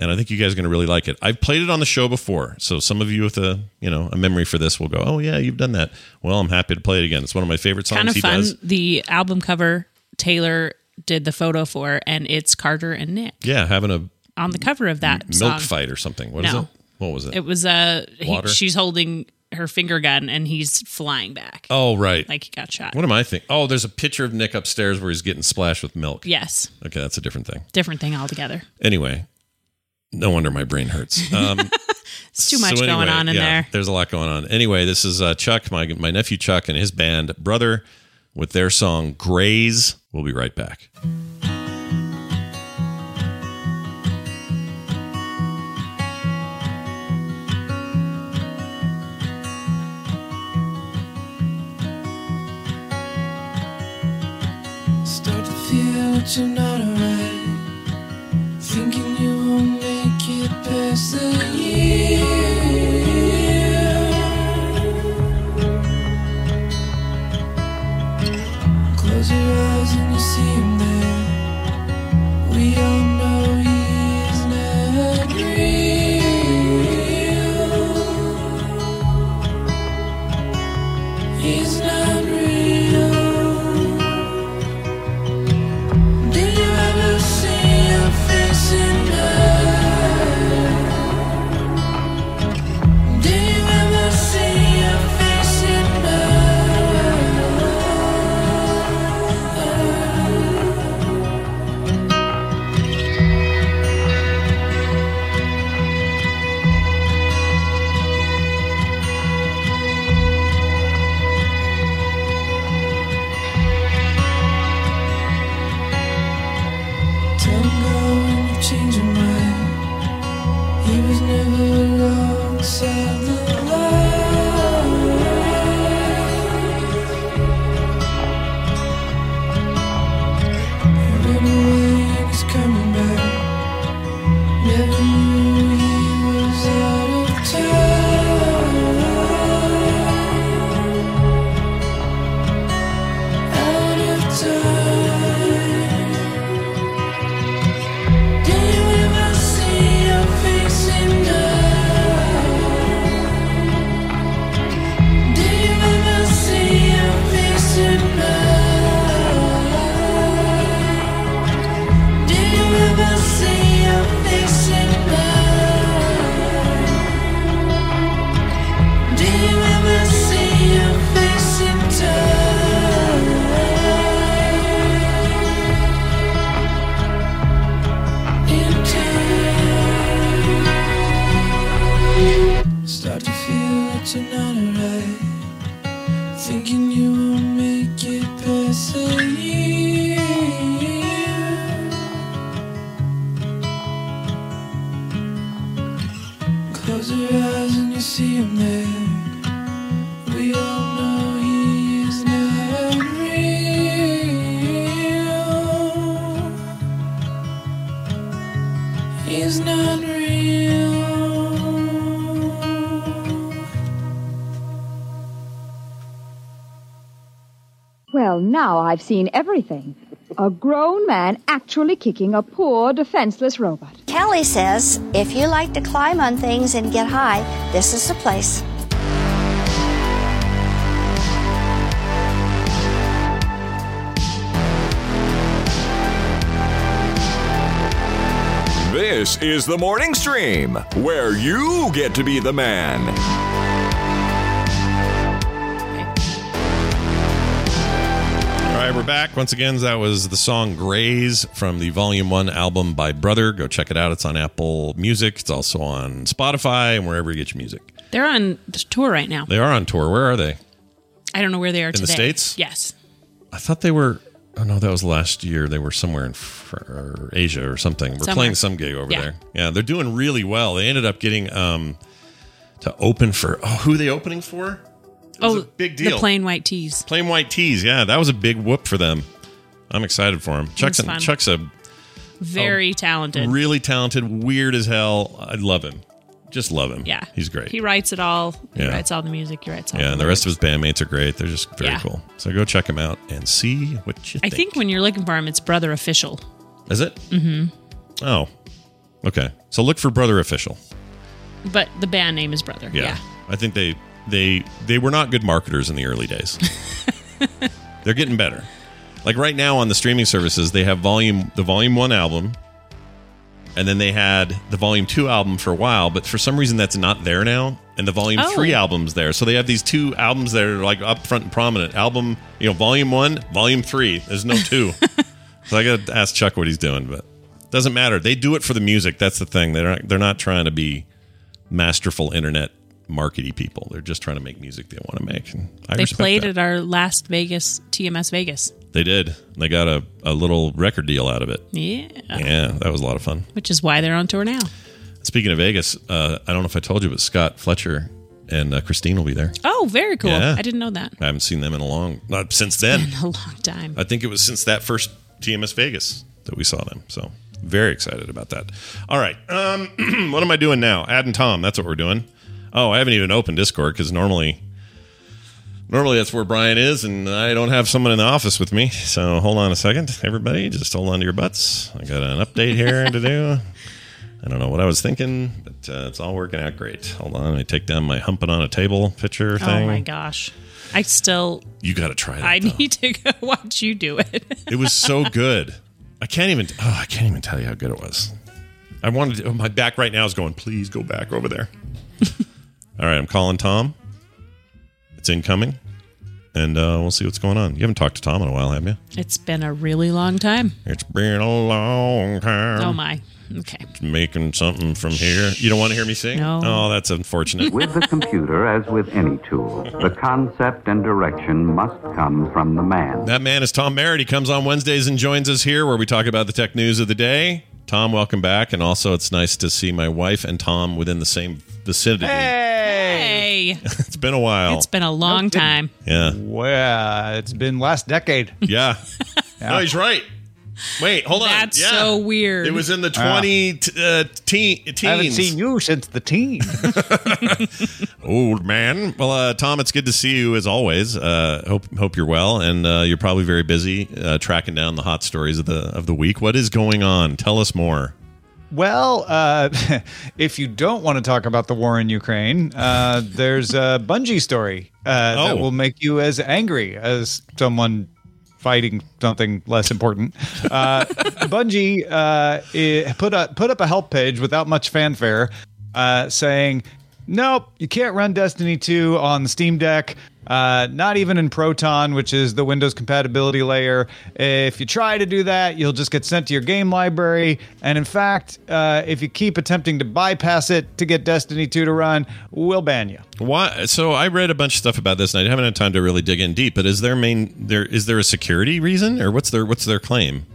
Speaker 1: and i think you guys are going to really like it i've played it on the show before so some of you with a you know a memory for this will go oh yeah you've done that well i'm happy to play it again it's one of my favorite songs
Speaker 8: kind of
Speaker 1: he
Speaker 8: fun.
Speaker 1: does
Speaker 8: The album cover Taylor did the photo for, and it's Carter and Nick
Speaker 1: yeah having a
Speaker 8: on the cover of that
Speaker 1: milk
Speaker 8: song.
Speaker 1: fight or something. What is
Speaker 8: No.
Speaker 1: it? What was it?
Speaker 8: It was uh, he,
Speaker 1: Water?
Speaker 8: she's holding her finger gun, and he's flying back
Speaker 1: oh, right.
Speaker 8: like he got shot.
Speaker 1: what am I thinking? Oh, there's a picture of Nick upstairs where he's getting splashed with milk.
Speaker 8: yes,
Speaker 1: Okay, that's a different thing.
Speaker 8: different thing altogether.
Speaker 1: Anyway, no wonder my brain hurts. Um,
Speaker 8: It's too much
Speaker 1: so
Speaker 8: going
Speaker 1: anyway,
Speaker 8: on in
Speaker 1: yeah,
Speaker 8: there.
Speaker 1: There's a lot going on. Anyway, this is uh, Chuck, my my nephew Chuck, and his band Brother with their song Grays. We'll be right back.
Speaker 6: Start to feel that you're not alright. Thinking you won't make it past the year. Close your eyes and you see him there. We all know he's not real. He's not real. Did you ever Coming back, never knew he was out of town. Out of time. Day we will see your face in night. Day we will see your face in night. Day we will see your face in night. Day we will see your face in time. Start to feel it's not alright. Thinking you will make it past a year. Close your eyes and you see him there. We all know he is not real. He's not real.
Speaker 9: Well, now I've seen everything. A grown man actually kicking a poor, defenseless robot.
Speaker 10: Kelly says if you like to climb on things and get high, this is the place.
Speaker 7: This is the morning stream where you get to be the man.
Speaker 1: All right, we're back once again. That was the song "Graze" from the Volume One album by Brother. Go check it out. It's on Apple Music. It's also on Spotify and wherever you get your music.
Speaker 8: They're on the tour right now.
Speaker 1: They are on tour. Where are they?
Speaker 8: I don't know where they are
Speaker 1: the
Speaker 8: today.
Speaker 1: States?
Speaker 8: Yes.
Speaker 1: I thought they were. Oh no, that was last year. They were somewhere in Fr- Asia or something. We're
Speaker 8: Somewhere.
Speaker 1: playing some gig over
Speaker 8: Yeah.
Speaker 1: there. Yeah, they're doing really well. They ended up getting um to open for. Oh, who are they opening for? was
Speaker 8: oh,
Speaker 1: a big
Speaker 8: The
Speaker 1: deal.
Speaker 8: plain white tees.
Speaker 1: Plain White Tees. Yeah, that was a big whoop for them. I'm excited for him. Chuck's,
Speaker 8: fun.
Speaker 1: Chuck's a Oh.
Speaker 8: Very talented.
Speaker 1: really talented, weird as hell. I love him. Just love him.
Speaker 8: yeah.
Speaker 1: he's great.
Speaker 8: He writes it all. He
Speaker 1: Yeah.
Speaker 8: writes all the music. He writes all
Speaker 1: yeah, and the rest of his bandmates are great. They're just very
Speaker 8: Yeah.
Speaker 1: cool. So go check him out and see what you
Speaker 8: I
Speaker 1: think.
Speaker 8: think when you're looking for him, it's Brother Official.
Speaker 1: Is it? Mm-hmm. Oh, okay. So look for Brother Official.
Speaker 8: But the band name is Brother.
Speaker 1: Yeah. I think they they they were not good marketers in the early days. They're getting better. Like right now on the streaming services, they have volume the volume one album, and then they had the volume two album for a while, but for some reason that's not there now. And the volume
Speaker 8: Oh.
Speaker 1: three album's there. So they have these two albums that are like up front and prominent. Album, you know, volume one, volume three. There's no two. so I gotta ask Chuck what he's doing, but doesn't matter. They do it for the music. That's the thing. They're not they're not trying to be masterful internet markety people. They're just trying to make music they want to make. And I
Speaker 8: They
Speaker 1: respect
Speaker 8: played
Speaker 1: that.
Speaker 8: at our last Vegas, TMS Vegas.
Speaker 1: They did. They got a, a little record deal out of it.
Speaker 8: Yeah.
Speaker 1: Yeah, that was a lot of fun.
Speaker 8: Which is why they're on tour now.
Speaker 1: Speaking of Vegas, uh, I don't know if I told you, but Scott Fletcher and uh, Christine will be there.
Speaker 8: Oh, very cool.
Speaker 1: Yeah.
Speaker 8: I didn't know that.
Speaker 1: I haven't seen them in a long, not since then.
Speaker 8: A long time.
Speaker 1: I think it was since that first TMS Vegas that we saw them. So very excited about that. All right, um, what am I doing now? Ad and Tom. That's what we're doing. Oh, I haven't even opened Discord because normally, normally that's where Brian is, and I don't have someone in the office with me. So hold on a second, everybody. Just hold on to your butts. I got an update here to do. I don't know what I was thinking, but uh, it's all working out great. Hold on, I take down my humping on a table picture thing.
Speaker 8: Oh my gosh. I still
Speaker 1: You got to try that.
Speaker 8: I
Speaker 1: though.
Speaker 8: need to go watch you do it.
Speaker 1: It was so good. I can't even. Oh, I can't even tell you how good it was. I wanted. To, oh, my back right now is going. Please go back over there. All right, I'm calling Tom. It's incoming, and uh, we'll see what's going on. You haven't talked to Tom in a while, have you?
Speaker 8: It's been a really long time.
Speaker 1: It's been a long time.
Speaker 8: Oh my. Okay.
Speaker 1: Making something from here. You don't want to hear me sing?
Speaker 8: No.
Speaker 1: Oh, that's unfortunate.
Speaker 11: With the computer, as with any tool, the concept and direction must come from the man.
Speaker 1: that man is Tom Merritt. He comes on Wednesdays and joins us here, where we talk about the tech news of the day. Tom, welcome back, and also it's nice to see my wife and Tom within the same vicinity.
Speaker 8: Hey,
Speaker 1: it's been a while.
Speaker 8: it's been a long time.
Speaker 1: yeah.
Speaker 12: Well, it's been last decade.
Speaker 1: Yeah. No, he's right. Wait, hold on.
Speaker 8: That's
Speaker 1: Yeah.
Speaker 8: so weird.
Speaker 1: It was in the
Speaker 12: Wow.
Speaker 1: 20 t- uh, teen, teens.
Speaker 12: I haven't seen you since the teen.
Speaker 1: Old man. Well, uh, Tom, it's good to see you as always. Uh, hope hope you're well, and uh, you're probably very busy uh, tracking down the hot stories of the of the week. What is going on? Tell us more.
Speaker 12: Well, uh, if you don't want to talk about the war in Ukraine, uh, there's a Bungie story uh,
Speaker 1: Oh.
Speaker 12: that will make you as angry as someone fighting something less important. Uh, Bungie uh, i- put up put up a help page without much fanfare, uh, saying, "Nope, you can't run Destiny 2 on the Steam Deck." Uh, not even in Proton, which is the Windows compatibility layer. If you try to do that, you'll just get sent to your game library. And in fact, uh, if you keep attempting to bypass it to get Destiny 2 to run, we'll ban you.
Speaker 1: Why? So I read a bunch of stuff about this, and I haven't had time to really dig in deep. But is there main there is there a security reason, or what's their what's their claim?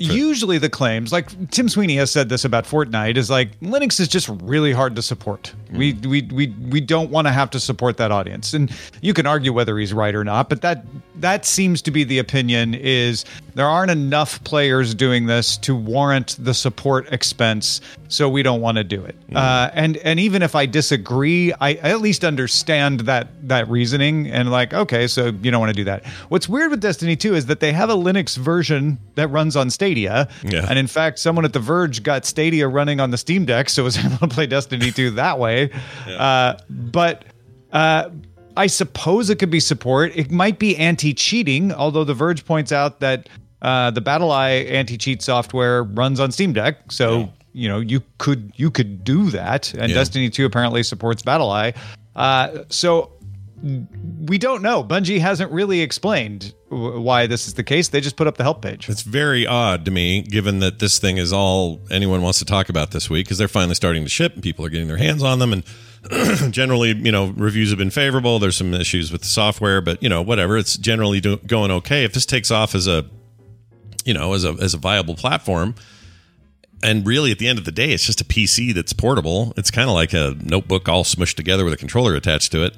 Speaker 12: Usually, the claims, like Tim Sweeney has said this about Fortnite, is like Linux is just really hard to support. We, we we we don't want to have to support that audience, and you can argue whether he's right or not, but that that seems to be the opinion. Is there aren't enough players doing this to warrant the support expense, so we don't want to do it. Uh, and and even if I disagree, I, I at least understand that that reasoning and like okay, so you don't want to do that. What's weird with Destiny 2 is that they have a Linux version that runs on Stadia.
Speaker 1: Yeah.
Speaker 12: And in fact, someone at The Verge got Stadia running on the Steam Deck, so was able to play Destiny 2 that way. Uh, but uh, I suppose it could be support. It might be anti cheating, although The Verge points out that uh, the BattleEye anti cheat software runs on Steam Deck, so you know you could you could do that. And
Speaker 1: Yeah.
Speaker 12: Destiny 2 apparently supports BattleEye, uh, so we don't know. Bungie hasn't really explained w- why this is the case. They just put up the help page.
Speaker 1: It's very odd to me, given that this thing is all anyone wants to talk about this week, because they're finally starting to ship and people are getting their hands on them. And generally, you know, reviews have been favorable. There's some issues with the software, but you know, whatever. It's generally do- going okay. If this takes off as a, you know, as a as a viable platform, and really at the end of the day, it's just a PC that's portable. It's kind of like a notebook all smushed together with a controller attached to it.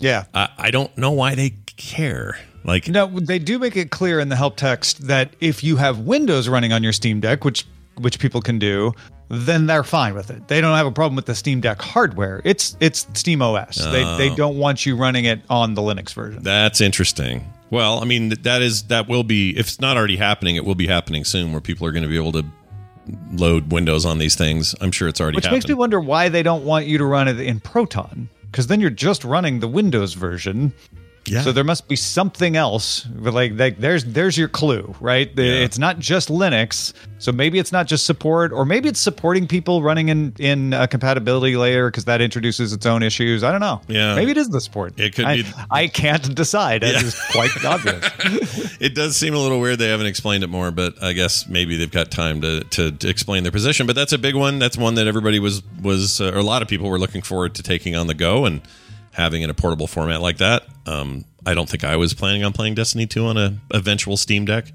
Speaker 12: Yeah.
Speaker 1: I, I don't know why they care. Like,
Speaker 12: No, they do make it clear in the help text that if you have Windows running on your Steam Deck, which which people can do, then they're fine with it. They don't have a problem with the Steam Deck hardware. It's it's Steam OS.
Speaker 1: Oh.
Speaker 12: They they don't want you running it on the Linux version.
Speaker 1: That's interesting. Well, I mean th- that is that will be if it's not already happening, it will be happening soon where people are going to be able to load Windows on these things. I'm sure it's already
Speaker 12: Which
Speaker 1: happened.
Speaker 12: makes me wonder why they don't want you to run it in Proton, because then you're just running the Windows version.
Speaker 1: Yeah.
Speaker 12: So there must be something else. But like, like there's there's your clue, right? The- It's not just Linux. So maybe it's not just support, or maybe it's supporting people running in in a compatibility layer because that introduces its own issues. I don't know.
Speaker 1: Yeah.
Speaker 12: Maybe it is the support.
Speaker 1: It could
Speaker 12: I,
Speaker 1: be-
Speaker 12: I can't decide. It
Speaker 1: Yeah.
Speaker 12: is quite obvious.
Speaker 1: it does seem a little weird they haven't explained it more, but I guess maybe they've got time to, to, to explain their position. But that's a big one. That's one that everybody was was uh, or a lot of people were looking forward to taking on the go and having in a portable format like that. Um, I don't think I was planning on playing Destiny 2 on a eventual Steam Deck.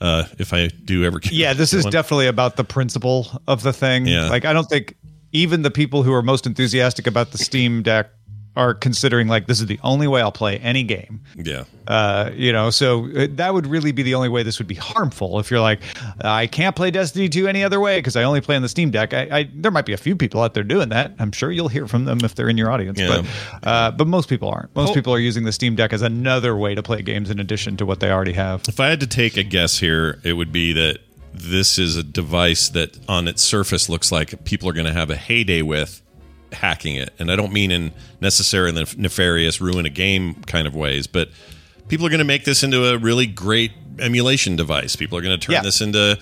Speaker 1: Uh, if I do ever, get
Speaker 12: Yeah, this is
Speaker 1: one.
Speaker 12: definitely about the principle of the thing.
Speaker 1: Yeah.
Speaker 12: Like I don't think even the people who are most enthusiastic about the Steam Deck are considering like this is the only way I'll play any game.
Speaker 1: yeah.
Speaker 12: Uh, you know, so uh, that would really be the only way this would be harmful if you're like I can't play Destiny 2 any other way because I only play on the Steam Deck. I, I there might be a few people out there doing that. I'm sure you'll hear from them if they're in your audience,
Speaker 1: Yeah.
Speaker 12: but uh, but most people aren't. Most people are using the Steam Deck as another way to play games in addition to what they already have.
Speaker 1: If I had to take a guess here, it would be that this is a device that on its surface looks like people are going to have a heyday with hacking it. And I don't mean in necessarily nefarious, ruin a game kind of ways, but people are going to make this into a really great emulation device. People are going to turn
Speaker 12: Yeah.
Speaker 1: this into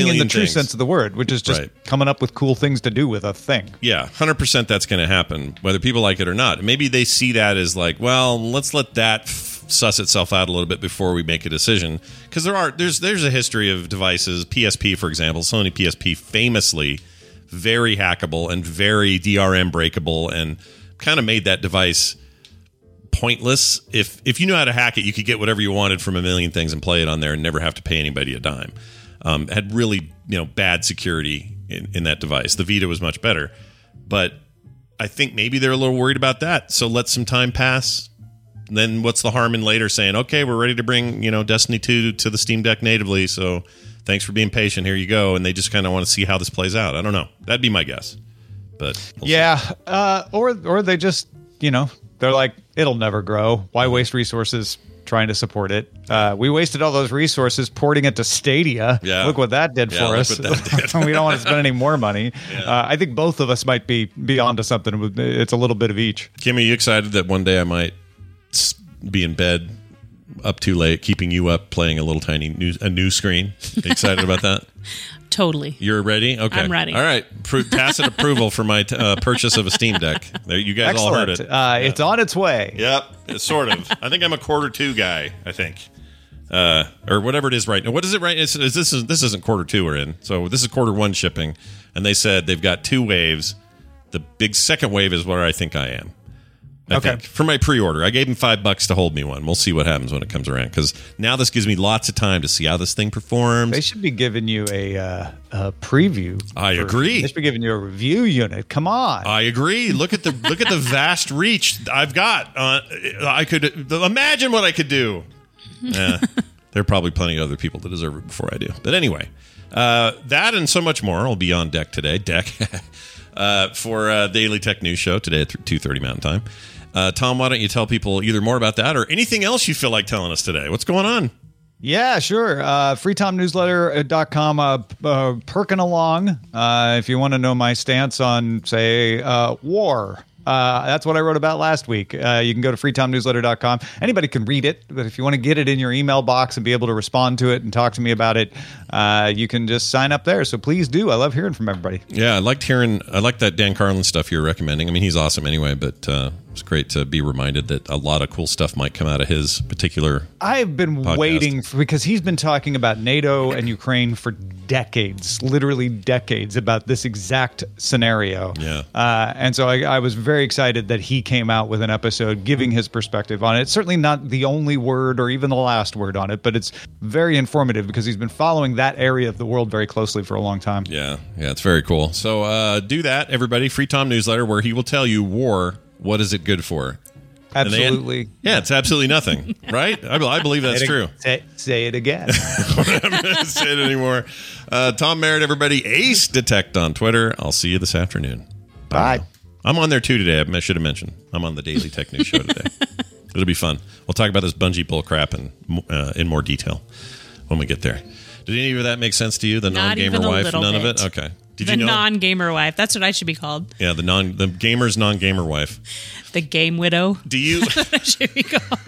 Speaker 1: a
Speaker 12: in
Speaker 1: million
Speaker 12: the true
Speaker 1: things.
Speaker 12: sense of the word, which is just
Speaker 1: Right.
Speaker 12: coming up with cool things to do with a thing.
Speaker 1: yeah, 100% that's going to happen, whether people like it or not. Maybe they see that as like, well, let's let that f- suss itself out a little bit before we make a decision. Because there are, there's, there's a history of devices, PSP, for example, Sony PSP famously very hackable and very DRM breakable and kind of made that device pointless. If if you knew how to hack it, you could get whatever you wanted from a million things and play it on there and never have to pay anybody a dime. Um, it had really you know bad security in, in that device. The Vita was much better, but I think maybe they're a little worried about that. So let some time pass. Then what's the harm in later saying, okay, we're ready to bring you know Destiny two to the Steam Deck natively. So thanks for being patient. Here you go. And they just kind of want to see how this plays out. I don't know. That'd be my guess. But
Speaker 12: yeah, uh, or or they just you know they're like it'll never grow. Why waste resources trying to support it? Uh, we wasted all those resources porting it to Stadia.
Speaker 1: Yeah.
Speaker 12: look what that did
Speaker 1: Yeah,
Speaker 12: for
Speaker 1: look
Speaker 12: us.
Speaker 1: what that did.
Speaker 12: we don't want to spend any more money. Uh, I think both of us might be be onto something. with- It's a little bit of each.
Speaker 1: Kim, are you excited that one day I might s- be in bed up too late, keeping you up, playing a little tiny new a new screen? Excited about that?
Speaker 8: Totally.
Speaker 1: You're ready? Okay,
Speaker 8: I'm ready.
Speaker 1: All right, Pro- tacit approval for my t- uh, purchase of a Steam Deck. There, you guys all heard it.
Speaker 12: Excellent. Uh, It's on its way.
Speaker 1: Yep, sort of. I think I'm a quarter two guy. I think, uh, or whatever it is right now. What is it right? It's, it's, this is this isn't quarter two we're in. So this is quarter one shipping, and they said they've got two waves. The big second wave is where I think I am. I
Speaker 12: Okay.
Speaker 1: think for my pre-order, I gave them five bucks to hold me one. We'll see what happens when it comes around because now this gives me lots of time to see how this thing performs.
Speaker 12: They should be giving you a, uh, a preview.
Speaker 1: I
Speaker 12: for-
Speaker 1: agree.
Speaker 12: They should be giving you a review unit. Come on.
Speaker 1: I agree. Look at the look at the vast reach I've got. Uh, I could imagine what I could do. Eh, there are probably plenty of other people that deserve it before I do. But anyway, uh, that and so much more will be on deck today. Deck uh, for uh, Daily Tech News Show today at two thirty Mountain Time. Uh, Tom, why don't you tell people either more about that or anything else you feel like telling us today? What's going on?
Speaker 12: Yeah, sure. Uh, freetomnewsletter.com, uh, p- uh, perking along. Uh, if you want to know my stance on, say, uh, war. Uh, that's what I wrote about last week. Uh, you can go to freetomnewsletter.com. Anybody can read it, but if you want to get it in your email box and be able to respond to it and talk to me about it, uh, you can just sign up there. So please do. I love hearing from everybody.
Speaker 1: Yeah, I liked hearing. I liked that Dan Carlin stuff you're recommending. I mean, he's awesome anyway, but uh, it's great to be reminded that a lot of cool stuff might come out of his particular.
Speaker 12: I've been
Speaker 1: podcast.
Speaker 12: waiting for, because he's been talking about NATO and Ukraine for decades, literally decades, about this exact scenario.
Speaker 1: Yeah.
Speaker 12: Uh, and so I, I was very excited that he came out with an episode giving his perspective on it. It's certainly not the only word or even the last word on it, but it's very informative because he's been following that area of the world very closely for a long time.
Speaker 1: Yeah, yeah, it's very cool. So uh, do that, everybody. Free Tom newsletter where he will tell you war. What is it good for? And they-
Speaker 12: Absolutely.
Speaker 1: yeah, it's absolutely nothing, right? I, I believe that's
Speaker 12: Say it-
Speaker 1: true.
Speaker 12: Say, say it again.
Speaker 1: I'm not going to say it anymore. Uh, Tom Merritt, everybody. Ace Detect on Twitter. I'll see you this afternoon. Bye. I'm on there too today. I should have mentioned. I'm on the Daily Tech News Show today. It'll be fun. We'll talk about this bungee bull crap in, uh, in more detail when we get there. Did any of that make sense to you? The
Speaker 8: Not
Speaker 1: non gamer
Speaker 8: even a
Speaker 1: wife?
Speaker 8: little
Speaker 1: None of
Speaker 8: bit.
Speaker 1: it? Okay. Did
Speaker 8: the
Speaker 1: you know?
Speaker 8: non-gamer wife. That's what I should be called.
Speaker 1: yeah, the non the gamer's non gamer wife.
Speaker 8: The game widow.
Speaker 1: Do you?
Speaker 8: I should be called.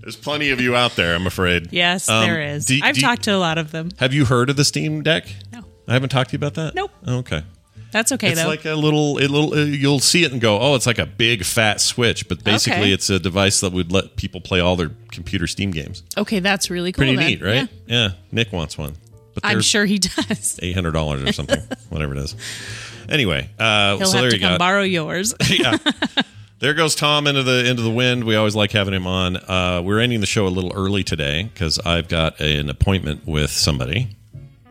Speaker 1: There's plenty of you out there, I'm afraid.
Speaker 8: Yes,
Speaker 1: Um,
Speaker 8: there is.
Speaker 1: do-
Speaker 8: I've
Speaker 1: do you-
Speaker 8: talked to a lot of them.
Speaker 1: Have you heard of the Steam Deck?
Speaker 8: No.
Speaker 1: I haven't talked to you about that. Oh,
Speaker 8: Nope.
Speaker 1: Okay.
Speaker 8: That's okay
Speaker 1: it's
Speaker 8: though.
Speaker 1: like a little, a little. uh, You'll see it and go, "Oh, it's like a big fat switch." But basically,
Speaker 8: Okay.
Speaker 1: it's a device that would let people play all their computer Steam games.
Speaker 8: okay, that's really cool.
Speaker 1: Pretty
Speaker 8: then.
Speaker 1: neat,
Speaker 8: Yeah.
Speaker 1: right? Yeah. Nick wants one, but
Speaker 8: I'm
Speaker 1: they're
Speaker 8: sure he does.
Speaker 1: eight hundred dollars or something, whatever it is. Anyway, uh,
Speaker 8: He'll
Speaker 1: so there
Speaker 8: have to
Speaker 1: you go.
Speaker 8: come borrow yours.
Speaker 1: yeah. There goes Tom into the into the wind. We always like having him on. Uh, we're ending the show a little early today because I've got an appointment with somebody.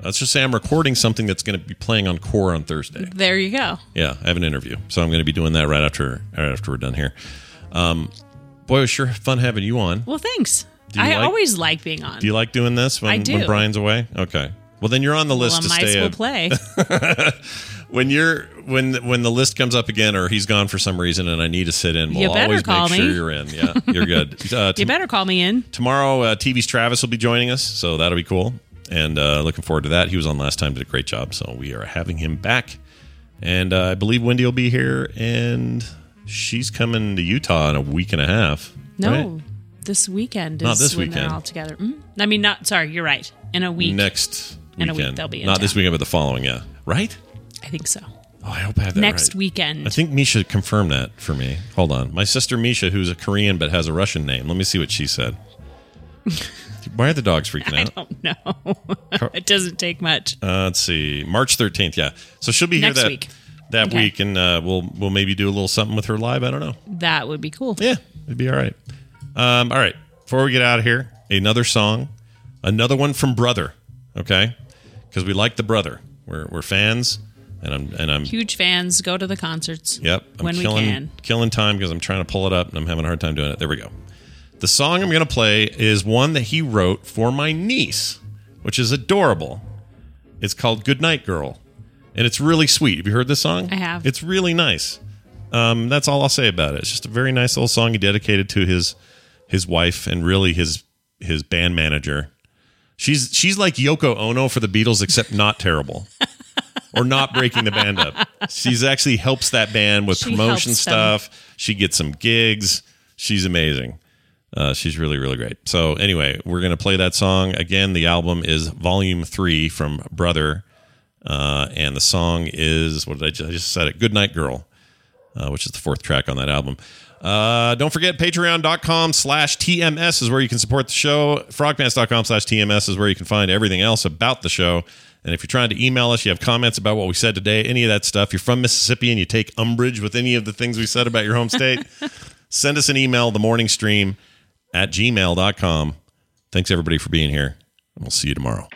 Speaker 1: Let's just say I'm recording something that's going to be playing on Core on Thursday.
Speaker 8: there you go.
Speaker 1: Yeah, I have an interview, so I'm going to be doing that right after right after we're done here. Um, boy, it was sure fun having you on.
Speaker 8: Well, thanks.
Speaker 1: Do you
Speaker 8: I
Speaker 1: like-
Speaker 8: always like being on.
Speaker 1: Do you like doing this when,
Speaker 8: I do.
Speaker 1: when Brian's away? Okay. Well, then you're on the
Speaker 8: well,
Speaker 1: list
Speaker 8: I
Speaker 1: to
Speaker 8: might
Speaker 1: stay.
Speaker 8: as well
Speaker 1: up.
Speaker 8: play.
Speaker 1: when you're when when the list comes up again, or he's gone for some reason, and I need to sit in,
Speaker 8: You
Speaker 1: we'll
Speaker 8: better
Speaker 1: always
Speaker 8: call
Speaker 1: make sure
Speaker 8: me.
Speaker 1: you're in. Yeah, you're good. Uh,
Speaker 8: you
Speaker 1: tom-
Speaker 8: better call me in.
Speaker 1: Tomorrow, uh, TV's Travis will be joining us, so that'll be cool. And uh, looking forward to that. He was on last time, did a great job, so we are having him back. And uh, I believe Wendy will be here, and she's coming to Utah in a week and a half.
Speaker 8: No,
Speaker 1: right?
Speaker 8: this weekend is
Speaker 1: Not this
Speaker 8: when they're
Speaker 1: weekend.
Speaker 8: all together. Mm? I mean, not sorry. You're right. In a week.
Speaker 1: next
Speaker 8: In a
Speaker 1: weekend.
Speaker 8: week they'll be in
Speaker 1: Not this
Speaker 8: town.
Speaker 1: weekend, but the following. Yeah, right.
Speaker 8: I think so.
Speaker 1: Oh, I hope I have that
Speaker 8: Next
Speaker 1: right.
Speaker 8: weekend.
Speaker 1: I think Misha confirmed that for me. Hold on. My sister Misha, who's a Korean but has a Russian name. Let me see what she said. Why are the dogs freaking
Speaker 8: I
Speaker 1: out?
Speaker 8: don't know. it doesn't take much.
Speaker 1: Uh, let's see. March 13th. Yeah. So she'll be here
Speaker 8: Next
Speaker 1: that
Speaker 8: week.
Speaker 1: that
Speaker 8: Okay.
Speaker 1: week and uh, we'll we'll maybe do a little something with her live. I don't know.
Speaker 8: That would be cool.
Speaker 1: Yeah. It'd be all right. Um, all right. Before we get out of here, another song. Another one from Brother. Okay? Because we like the Brother. We're, we're fans. and I'm and I'm
Speaker 8: Huge fans. Go to the concerts.
Speaker 1: Yep. I'm
Speaker 8: when
Speaker 1: killing,
Speaker 8: we can.
Speaker 1: Killing time because I'm trying to pull it up and I'm having a hard time doing it. There we go. The song I'm going to play is one that he wrote for my niece, which is adorable. It's called Goodnight Girl. And it's really sweet. Have you heard this song?
Speaker 8: I have.
Speaker 1: It's really nice. Um, that's all I'll say about it. It's just a very nice little song he dedicated to his his wife and really his his band manager. She's she's like Yoko Ono for the Beatles, except not terrible. or not breaking the band up. She's actually helps that band with
Speaker 8: She
Speaker 1: promotion
Speaker 8: helps them.
Speaker 1: stuff. She gets some gigs. She's amazing. Uh, she's really, really great. So, anyway, we're going to play that song. Again, the album is Volume 3 from Brother. Uh, and the song is, what did I just, I just said it? Goodnight Girl, uh, which is the fourth track on that album. Uh, don't forget patreon.com slash TMS is where you can support the show. Frogpants.com slash TMS is where you can find everything else about the show. And if you're trying to email us, you have comments about what we said today, any of that stuff, you're from Mississippi and you take umbrage with any of the things we said about your home state, send us an email, the morning stream at gmail.com. Thanks everybody for being here. And we'll see you tomorrow.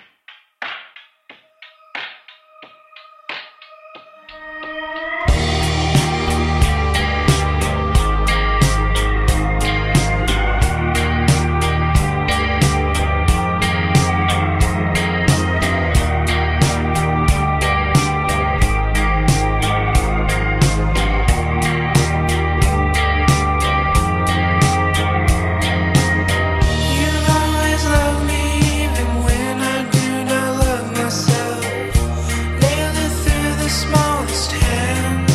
Speaker 6: You'll always love me even when I do not love myself. Nailed through the smallest hands.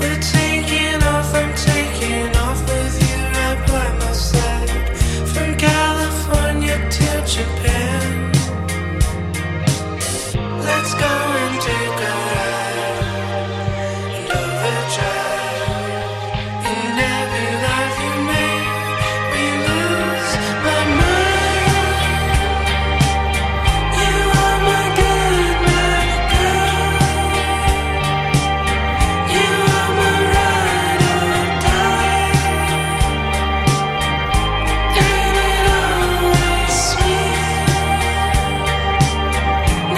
Speaker 6: We're taking off, I'm taking off with you right by my side. From California to Japan. Let's go and take a ride and overdrive. In every life you make. We lose my mind. You are my good, my girl. You are my ride or die. And it always will.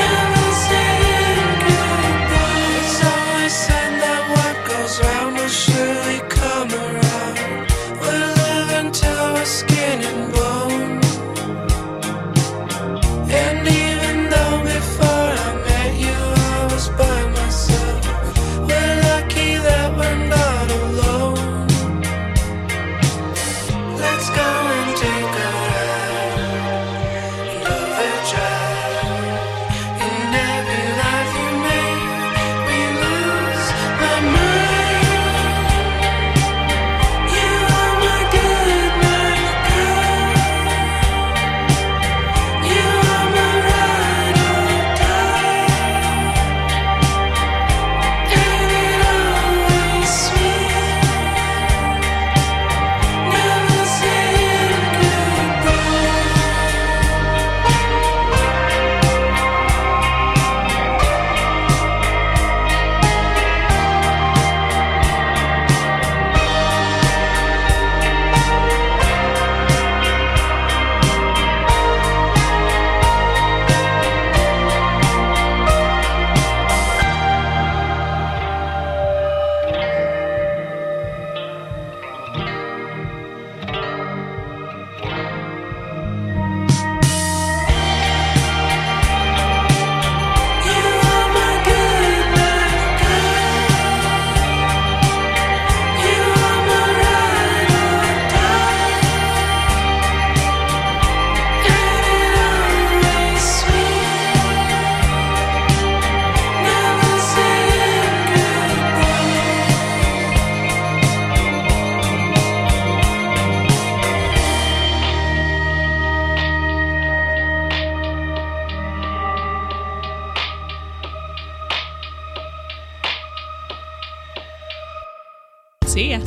Speaker 6: Never saying goodbye. It's always said that what goes round will surely come around. We're living till we're skin and bone. And even though before I met you, I was by myself, we're lucky that we're not alone. Let's go and take a ride and overdrive. In every life you make, we lose my mind. You are my good, my girl. You are my ride or die, and it always will. Never saying goodbye. You are my good, my girl. You are my ride or die, and it always will. Never saying goodbye.
Speaker 8: See ya.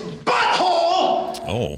Speaker 2: butthole!
Speaker 1: Oh.